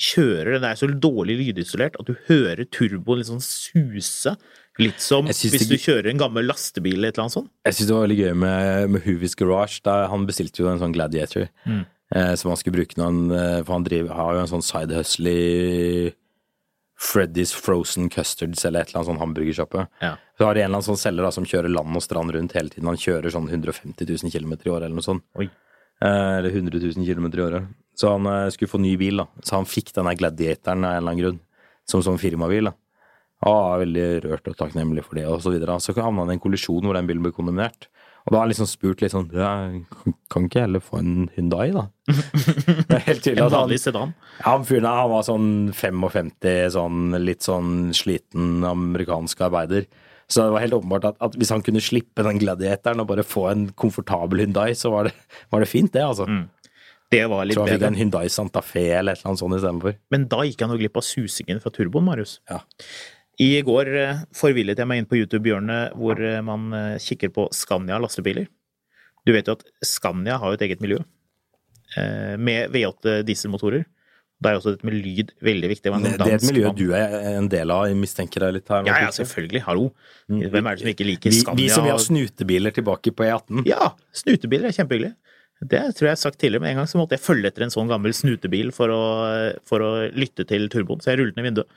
Speaker 1: kjører Den er så dårlig lydisolert at du hører turboen litt sånn suse. Litt som
Speaker 2: Jeg synes
Speaker 1: hvis
Speaker 2: det-
Speaker 1: du kjører en gammel lastebil eller et eller annet sånt.
Speaker 2: Jeg syns det var veldig gøy med, med Hoovies Garage. Da han bestilte jo en sånn Gladiator eh, som han skulle bruke når han eh, For han driver, har jo en sånn side hustle i Freddy's Frozen Custards eller et eller annet sånn hamburgersjappe.
Speaker 1: Ja.
Speaker 2: Så har de en eller annen sånn selger da, som kjører land og strand rundt hele tiden. Han kjører sånn 150 000 km i året eller noe sånt.
Speaker 1: Oi.
Speaker 2: Eh, Eller 100 000 km i året. Så han eh, skulle få ny bil, da. Så han fikk denne Gladiatoren av en eller annen grunn, som sånn firmabil. da. Ah, veldig rørt og takknemlig for det, og så videre. Så havna han i en kollisjon hvor den bilen ble kondemnert. Og da har han liksom spurt litt sånn «Ja, Kan ikke jeg heller få en Hyundai, da? Det er helt tydelig
Speaker 1: En
Speaker 2: at han
Speaker 1: vanlig sedan.
Speaker 2: han fyren der, han var sånn 55, sånn litt sånn sliten amerikansk arbeider. Så det var helt åpenbart at, at hvis han kunne slippe den gladiatoren og bare få en komfortabel Hyundai, så var det, var det fint, det, altså.
Speaker 1: Det var Mm, litt
Speaker 2: så han fikk
Speaker 1: bedre.
Speaker 2: en Hyundai Santa Fe eller et eller annet sånt istedenfor.
Speaker 1: Men da gikk jeg nå glipp av susingen fra turboen, Marius.
Speaker 2: Ja.
Speaker 1: I går eh, forvillet jeg meg inn på YouTube-hjørnet hvor eh, man eh, kikker på Scania lastebiler. Du vet jo at Scania har jo et eget miljø eh, med V8 dieselmotorer. Det er jo også dette med lyd veldig viktig. var en
Speaker 2: Det, det er et
Speaker 1: dansk
Speaker 2: miljø
Speaker 1: mann.
Speaker 2: du er en del av, jeg mistenker jeg litt her.
Speaker 1: Ja, ja, selvfølgelig. Hallo. Hvem er det som ikke liker
Speaker 2: Mm. Vi,
Speaker 1: Scania?
Speaker 2: vi som vil ha snutebiler tilbake på E18.
Speaker 1: Ja, snutebiler er kjempehyggelig. Det tror jeg jeg har sagt tidligere, men en gang så måtte jeg følge etter en sånn gammel snutebil for å, for å lytte til turboen, så jeg rullet ned vinduet.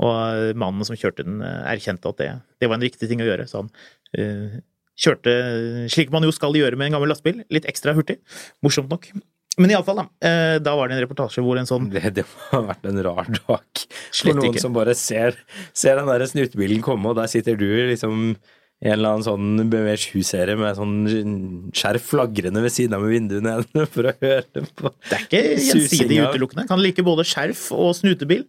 Speaker 1: Og eh, mannen som kjørte den, eh, erkjente at det, det var en riktig ting å gjøre, så han eh, kjørte eh, slik man jo skal gjøre med en gammel lastebil, litt ekstra hurtig. Morsomt nok. Men iallfall, da. eh, Da var det en reportasje hvor en sånn
Speaker 2: Det, det må ha vært en rar dag.
Speaker 1: Slett
Speaker 2: For noen
Speaker 1: ikke.
Speaker 2: som bare ser, ser den der snutebilen komme, og der sitter du liksom i en eller annen sånn BMW 7-serie med sånn skjerf flagrende ved siden av med vinduene igjen for å høre på
Speaker 1: Det er ikke gjensidig
Speaker 2: susinga.
Speaker 1: utelukkende. Kan like både skjerf og snutebil.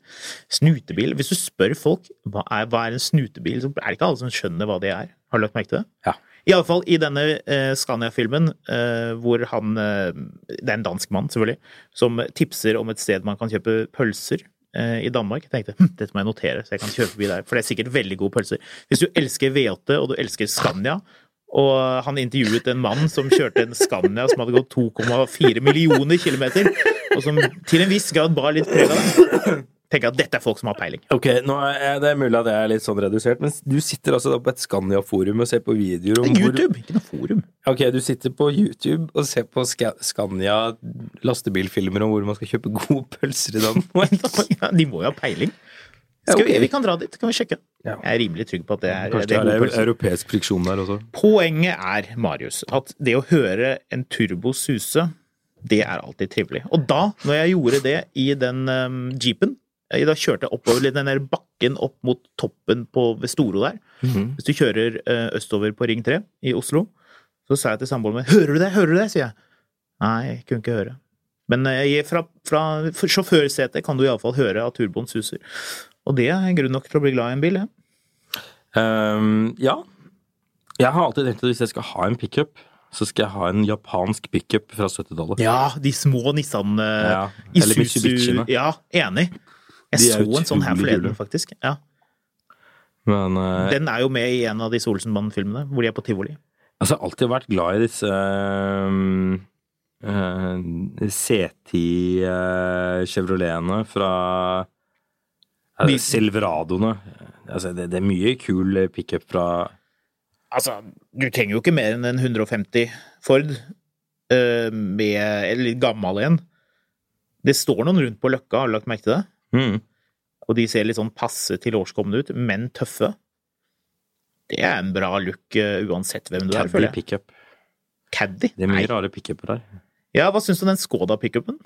Speaker 1: Snutebil, Hvis du spør folk hva er, hva er en snutebil, så er det ikke alle som skjønner hva det er. Har du lagt merke til det?
Speaker 2: Ja.
Speaker 1: Iallfall i denne eh, Scania-filmen, eh, hvor han eh, Det er en dansk mann, selvfølgelig, som tipser om et sted man kan kjøpe pølser eh, i Danmark. Jeg tenkte hm, dette må jeg notere, så jeg kan kjøpe forbi der, for det er sikkert veldig gode pølser. Hvis du elsker V8, og du elsker Scania, og han intervjuet en mann som kjørte en Scania som hadde gått 2,4 millioner kilometer, og som til en viss grad bar litt preg av det. Tenker jeg at dette er folk som har peiling.
Speaker 2: Ok, nå er Det er mulig at jeg er litt sånn redusert, men du sitter altså da på et Scania-forum og ser på videoer om hvor-
Speaker 1: YouTube, ikke noe forum.
Speaker 2: Ok, du sitter på YouTube og ser på Sca- Scania lastebilfilmer om hvor man skal kjøpe gode pølser i Danmark.
Speaker 1: Ja, De må jo ha peiling. Skal vi,
Speaker 2: ok.
Speaker 1: vi kan dra dit, kan vi sjekke.
Speaker 2: Ja.
Speaker 1: Jeg er rimelig trygg på at det er,
Speaker 2: Kanskje
Speaker 1: det er gode pølser.
Speaker 2: europeisk friksjon der også.
Speaker 1: Poenget er, Marius, at det å høre en turbo suse, det er alltid trivelig. Og da, når jeg gjorde det i den um, jeepen, eh, da kjørte jeg oppover litt den der bakken opp mot toppen på, ved Storo der. Hvis du kjører eh, østover på Ring 3 i Oslo, så sa jeg til samboeren min 'Hører du det? Hører du det?' sier jeg. Nei, jeg kunne ikke høre. Men eh, fra, fra sjåførsetet kan du iallfall høre at turboen suser. Og det er grunn nok til å bli glad i en bil, ja.
Speaker 2: Ehm, ja. Jeg har alltid tenkt at hvis jeg skal ha en pickup, så skal jeg ha en japansk pickup fra 70-tallet.
Speaker 1: Ja, de små Nissan eh,
Speaker 2: Ja, eller
Speaker 1: Isuzu
Speaker 2: Mitsubishiene.
Speaker 1: Ja, enig. Jeg
Speaker 2: De
Speaker 1: så
Speaker 2: er
Speaker 1: en sånn her
Speaker 2: utrolig
Speaker 1: forleden,
Speaker 2: kule.
Speaker 1: faktisk. Ja.
Speaker 2: Men eh,
Speaker 1: Den er jo med i en av disse Olsenbanen-filmene, hvor de er på tivoli.
Speaker 2: Altså, jeg har alltid vært glad i disse ehm, eh, C10 eh, Chevroletene fra eh,
Speaker 1: Vi-
Speaker 2: Silveradoene. Altså, det, det er mye kul pickup fra
Speaker 1: Altså, du trenger jo ikke mer enn en 150 Ford, eh, med, eller litt gammel en. Det står noen rundt på Løkka, har du lagt merke til det?
Speaker 2: mm.
Speaker 1: Og de ser litt sånn passe til årskomne ut, men tøffe. Det er en bra look eh, uansett hvem du er,
Speaker 2: Caddy
Speaker 1: føler jeg.
Speaker 2: pickup.
Speaker 1: Caddy?
Speaker 2: Det er mye
Speaker 1: Nei.
Speaker 2: rare pickuper her.
Speaker 1: Ja, hva syns du om den Skoda-pickupen?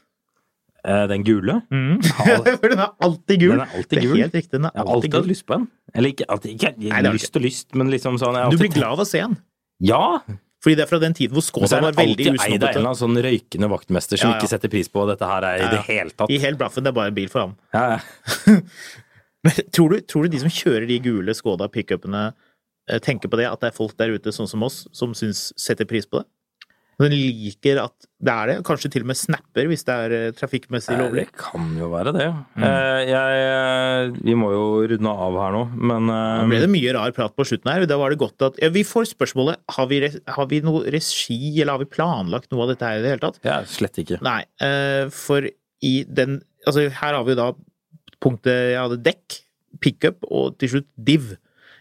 Speaker 2: Eh, den gule? Ja,
Speaker 1: For den er alltid gul.
Speaker 2: Den er alltid
Speaker 1: Det
Speaker 2: gul.
Speaker 1: er helt riktig, den er
Speaker 2: Jeg har
Speaker 1: alltid
Speaker 2: alltid hatt
Speaker 1: gul.
Speaker 2: lyst på en. Eller ikke, alltid, ikke,
Speaker 1: Nei, det har du
Speaker 2: lyst og lyst, men liksom sånn jeg har
Speaker 1: Du
Speaker 2: alltid
Speaker 1: blir glad av å se den,
Speaker 2: tenkt- Ja!
Speaker 1: fordi det er fra den tiden hvor
Speaker 2: Og så
Speaker 1: Skoda
Speaker 2: er
Speaker 1: var
Speaker 2: det alltid
Speaker 1: veldig
Speaker 2: eid av en eller
Speaker 1: usnobbete.
Speaker 2: annen sånn røykende vaktmester som
Speaker 1: Ja, ja.
Speaker 2: ikke setter pris på hva dette her er i
Speaker 1: Ja, ja.
Speaker 2: det hele tatt.
Speaker 1: I hel blaffen, det er bare en bil for ham.
Speaker 2: Ja, ja.
Speaker 1: Men tror du, tror du de som kjører de gule Skoda pickupene, eh, tenker på det? At det er folk der ute, sånn som oss, som syns setter pris på det? Den liker at det er det, kanskje til og med snapper hvis det er eh, trafikkmessig
Speaker 2: Nei,
Speaker 1: lovlig. Mm.
Speaker 2: Det kan jo være det. Eh, jeg, eh, vi må jo runde av her nå, men eh,
Speaker 1: Da ble det mye rar prat på slutten her. Da var det godt at ja, Vi får spørsmålet har vi, res- har vi noe regi, eller har vi planlagt noe av dette her i det hele tatt?
Speaker 2: ja, slett ikke.
Speaker 1: Nei, eh, for i den Altså, her har vi da punktet jeg hadde dekk, pickup og til slutt div.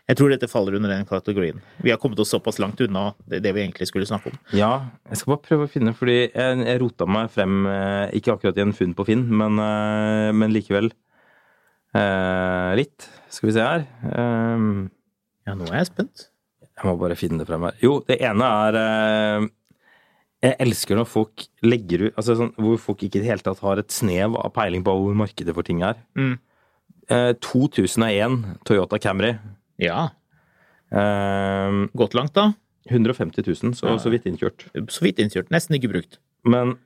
Speaker 1: Jeg tror dette faller under den kategorien. Vi har kommet oss såpass langt unna det, det vi egentlig skulle snakke om.
Speaker 2: Ja, jeg skal bare prøve å finne, fordi jeg, jeg rota meg frem, eh, ikke akkurat i en funn på Finn, men, eh, men likevel. Eh, litt. Skal vi se her. Eh,
Speaker 1: Ja, nå er jeg spent.
Speaker 2: Jeg må bare finne det frem her. Jo, det ene er eh, Jeg elsker når folk legger ut altså sånn, Hvor folk ikke i det hele tatt har et snev av peiling på hvor markedet for ting er.
Speaker 1: Mm.
Speaker 2: Eh, 2001 Toyota Camry.
Speaker 1: Ja,
Speaker 2: Eh,
Speaker 1: gått langt, da.
Speaker 2: 150 000, så, så vidt innkjørt.
Speaker 1: Så vidt innkjørt. Nesten ikke brukt.
Speaker 2: Men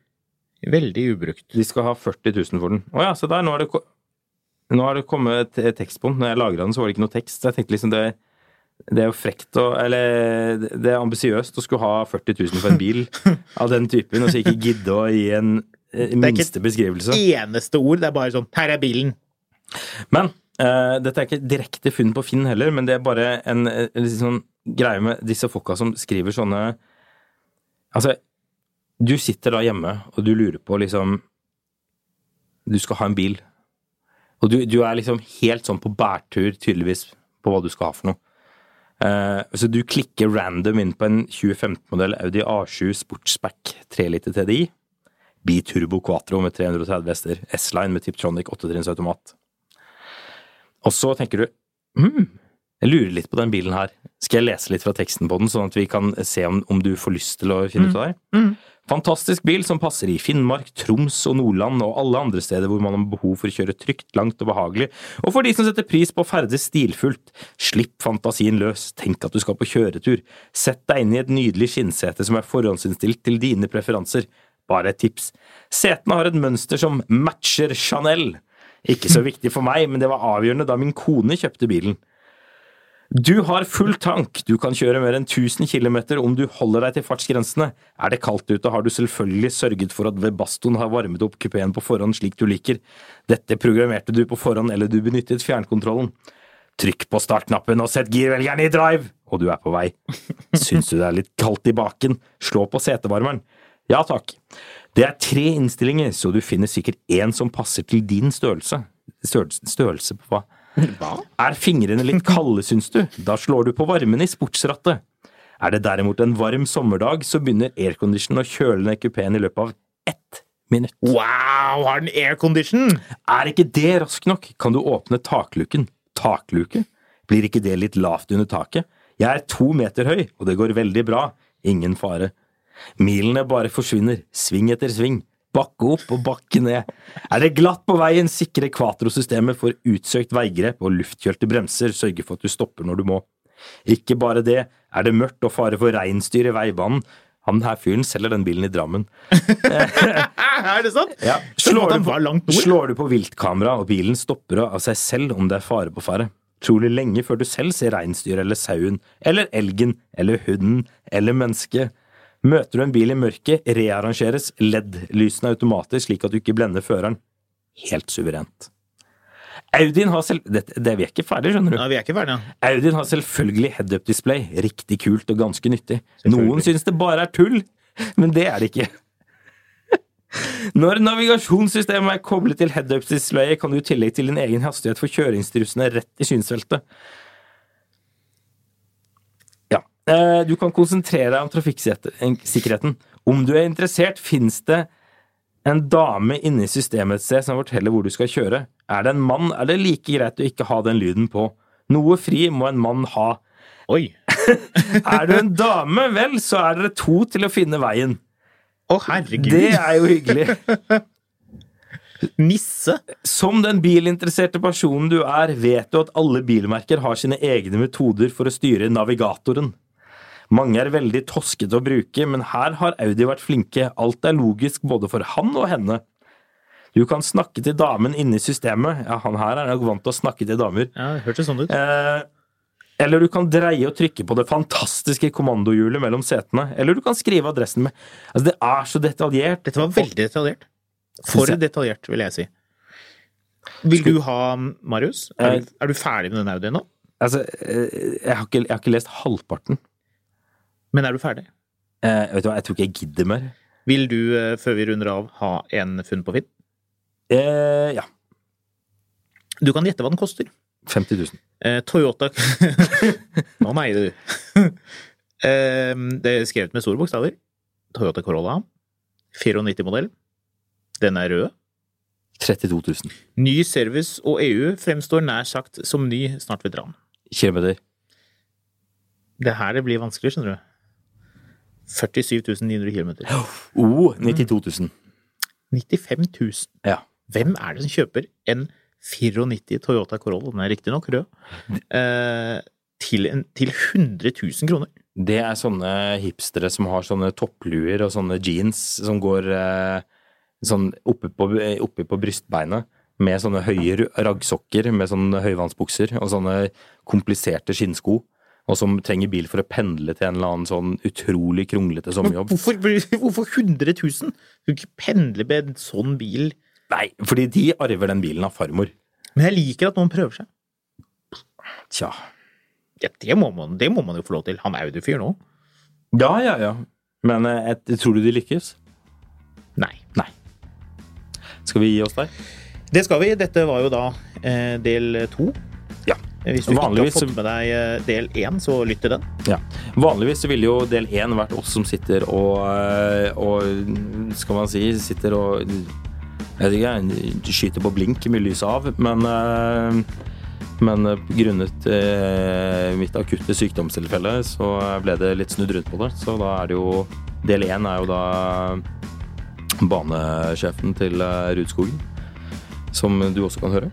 Speaker 1: Veldig ubrukt.
Speaker 2: de skal ha 40 000 for den. Å ja, se der, nå er det, ko- nå har det kommet et- et tekst på den. Når jeg lagra den, så var det ikke noe tekst. Jeg tenkte liksom det, det er jo frekt og Eller det er ambisiøst å skulle ha 40 000 for en bil av den typen, og så ikke gidde å gi en eh,
Speaker 1: er ikke-
Speaker 2: minste beskrivelse.
Speaker 1: Eneste ord, det er bare sånn 'Her er bilen'.
Speaker 2: Men eh, dette er ikke direkte funn på Finn heller, men det er bare en, eh, liksom sånn greie med disse folka som skriver sånne Altså, du sitter da hjemme, og du lurer på liksom Du skal ha en bil. Og du, du er liksom helt sånn på bærtur, tydeligvis, på hva du skal ha for noe. Eh, så du klikker random inn på en 2015-modell Audi A7 Sportsback 3 liter TDI. Biturbo Quatro med 330 hester. S-Line med Tiptronic 8-trinns automat. Og så tenker du hmm, jeg lurer litt på den bilen her. Skal jeg lese litt fra teksten på den, sånn at vi kan se om, om du får lyst til å finne ut av det? her? Fantastisk bil som passer i Finnmark, Troms og Nordland og alle andre steder hvor man har behov for å kjøre trygt, langt og behagelig, og for de som setter pris på å ferdes stilfullt. Slipp fantasien løs, tenk at du skal på kjøretur. Sett deg inn i et nydelig skinnsete som er forhåndsinnstilt til dine preferanser. Bare et tips. Setene har et mønster som matcher Chanel. Ikke så viktig for meg, men det var avgjørende da min kone kjøpte bilen. Du har full tank. Du kan kjøre mer enn 1000 km om du holder deg til fartsgrensene. Er det kaldt ute, har du selvfølgelig sørget for at Webastoen har varmet opp kupeen på forhånd slik du liker. Dette programmerte du på forhånd, eller du benyttet fjernkontrollen. Trykk på startknappen og sett girvelgeren i drive, og du er på vei. Syns du det er litt kaldt i baken, slå på setevarmeren. Ja takk. Det er tre innstillinger, så du finner sikkert én som passer til din størrelse. Størrelse, størrelse på hva? Er fingrene litt kalde, syns du? Da slår du på varmen i sportsrattet. Er det derimot en varm sommerdag, så begynner airconditionen å kjøle ned kupeen i løpet av ett minutt.
Speaker 1: Wow, har den aircondition?
Speaker 2: Er ikke det rask nok, kan du åpne takluken. Takluke? Blir ikke det litt lavt under taket? Jeg er to meter høy, og det går veldig bra. Ingen fare. Milene bare forsvinner, sving etter sving. Bakke opp og bakke ned. Er det glatt på veien, sikre kvatrosystemet for utsøkt veigrep og luftkjølte bremser sørger for at du stopper når du må. Ikke bare det, er det mørkt og fare for reinsdyr i veibanen. Han her fyren selger den bilen i Drammen.
Speaker 1: Eh, Er det sant?
Speaker 2: Ja.
Speaker 1: Så at
Speaker 2: Slår,
Speaker 1: han
Speaker 2: du
Speaker 1: var langt
Speaker 2: på,
Speaker 1: nord?
Speaker 2: slår du på viltkamera, og bilen stopper av seg selv om det er fare på fare. Trolig lenge før du selv ser reinsdyret eller sauen, eller elgen, eller hunden, eller mennesket. Møter du en bil i mørket, rearrangeres LED-lysene automatisk slik at du ikke blender føreren. Helt suverent. Audien har selv... Dette, det, vi er ikke ferdig, skjønner du.
Speaker 1: Ja, vi er ikke ferdige. ja.
Speaker 2: Audien har selvfølgelig head-up-display. Riktig kult og ganske nyttig. Noen syns det bare er tull, men det er det ikke. Når navigasjonssystemet er koblet til head-up-displayet, kan du i tillegg til din egen hastighet få kjøreinstruksene rett i synsfeltet. Ja. eh, Du kan konsentrere deg om trafikksikkerheten. Om du er interessert, fins det en dame inne i systemet et sted som forteller hvor du skal kjøre. Er det en mann, er det like greit å ikke ha den lyden på. Noe fri må en mann ha.
Speaker 1: Oi.
Speaker 2: Er du en dame, vel, så er dere to til å finne veien.
Speaker 1: Å, herregud.
Speaker 2: Det er jo hyggelig.
Speaker 1: Nisse.
Speaker 2: Som den bilinteresserte personen du er, vet du at alle bilmerker har sine egne metoder for å styre navigatoren. Mange er veldig toskete å bruke, men her har Audi vært flinke. Alt er logisk både for han og henne. Du kan snakke til damen inne i systemet. Ja, han her er nok vant til å snakke til damer.
Speaker 1: Ja, det hørtes sånn ut.
Speaker 2: Eh, eller du kan dreie og trykke på det fantastiske kommandohjulet mellom setene. Eller du kan skrive adressen med Altså, det er så detaljert.
Speaker 1: Dette var veldig detaljert. For
Speaker 2: jeg-
Speaker 1: detaljert, vil jeg si. Vil du ha, mm, Marius? Er du, er du ferdig med den audien nå?
Speaker 2: Altså, eh, jeg har ikke, jeg har ikke lest halvparten.
Speaker 1: Men er du ferdig?
Speaker 2: Eh, vet du hva, jeg tror ikke jeg gidder mer.
Speaker 1: Vil du, eh, før vi runder av, ha en funn på Finn?
Speaker 2: Eh, ja.
Speaker 1: Du kan gjette hva den koster.
Speaker 2: 50 000.
Speaker 1: Eh, Toyota Nå nei, du. Eh, det er skrevet med store bokstaver. Toyota Corolla. 94-modell. Den er rød.
Speaker 2: 32 000
Speaker 1: Ny service og EU fremstår nær sagt som ny snart ved Drammen.
Speaker 2: kilometer.
Speaker 1: Det her det blir vanskelig, skjønner du. 47 900 km.
Speaker 2: Oh, 92 000.
Speaker 1: 95 000.
Speaker 2: Ja.
Speaker 1: Hvem er det som kjøper en 94 Toyota Corolla, den er riktignok rød, eh, til, en, til 100 000 kroner?
Speaker 2: Det er sånne hipstere som har sånne toppluer og sånne jeans som går eh, sånn oppe på, oppe på brystbeinet. Med sånne høye ru- raggsokker med sånne høyvannsbukser og sånne kompliserte skinnsko. Og som trenger bil for å pendle til en eller annen sånn utrolig kronglete sommerjobb.
Speaker 1: Hvorfor, hvorfor 100 000? Du kan ikke pendle med en sånn bil.
Speaker 2: Nei, fordi de arver den bilen av farmor.
Speaker 1: Men jeg liker at noen prøver seg.
Speaker 2: Tja.
Speaker 1: Ja, det må man, det må man jo få lov til. Han er jo fyr nå.
Speaker 2: Ja, ja, ja. Men eh, jeg- tror du de lykkes?
Speaker 1: Nei.
Speaker 2: Nei. Skal vi gi oss der?
Speaker 1: Det skal vi. Dette var jo da eh, del to. Eh,
Speaker 2: Ja.
Speaker 1: Hvis du
Speaker 2: Vanligvis
Speaker 1: ikke
Speaker 2: så-
Speaker 1: har fått med deg eh, del én, så lytt til den.
Speaker 2: Ja. Vanligvis så ville jo del én vært oss som sitter og, eh, og Skal man si sitter og Jeg vet ikke, skyter på blink med lyset av, men eh, men eh, grunnet eh, mitt akutte sykdomstilfelle så ble det litt snudd rundt på det. Så da er det jo Del én er jo da banesjefen til eh, Rudskogen, som du også kan høre.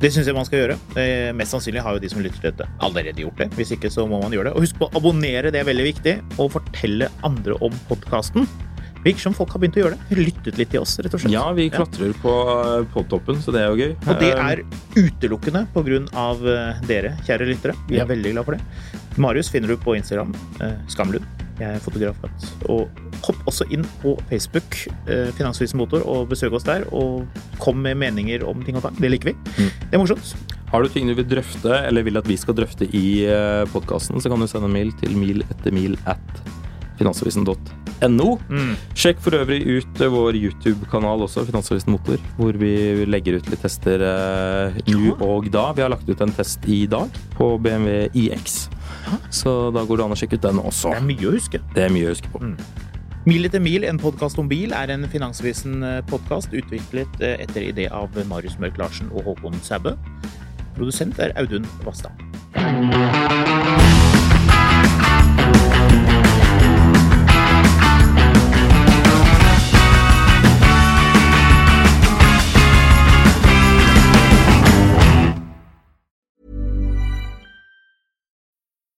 Speaker 1: Det syns jeg man skal gjøre. Eh, mest sannsynlig har jo de som lytter til dette, allerede gjort det. Hvis ikke, så må man gjøre det. Og husk på å abonnere, det er veldig viktig. Og fortelle andre om podkasten. Virker som folk har begynt å gjøre det. Lyttet litt til oss, rett og slett.
Speaker 2: Ja, vi klatrer på eh, podtoppen, så det er jo gøy.
Speaker 1: Og det
Speaker 2: Eh,
Speaker 1: er utelukkende pga. eh, dere, kjære lyttere. Vi er
Speaker 2: Ja.
Speaker 1: veldig glad for det. Marius finner du på Instagram. eh, Skamlund. Jeg er fotograf. Og hopp også inn på Facebook, eh, Finansavisen Motor, og besøk oss der. Og kom med meninger om ting og tang. Det liker vi.
Speaker 2: Mm.
Speaker 1: Det er morsomt.
Speaker 2: Eh, Har du ting du vil drøfte, eller vil at vi skal drøfte i podkasten, så kan du sende en mail til mil etter mil at finansavisen.no.
Speaker 1: Mm.
Speaker 2: Sjekk for øvrig ut eh, vår YouTube-kanal også, Finansavisen Motor, hvor vi legger ut litt tester eh, nå og da. Vi har lagt ut en test i dag på BMW IX, så da går det an å sjekke ut den også.
Speaker 1: Det er mye Mm. å huske.
Speaker 2: Det er mye å huske på.
Speaker 1: Mil etter mil, en podkast om bil, er en Finansavisen-podkast utviklet eh, etter idé av Marius Mørk Larsen og Håkon Sæbø. Produsent er Audun Vassdal.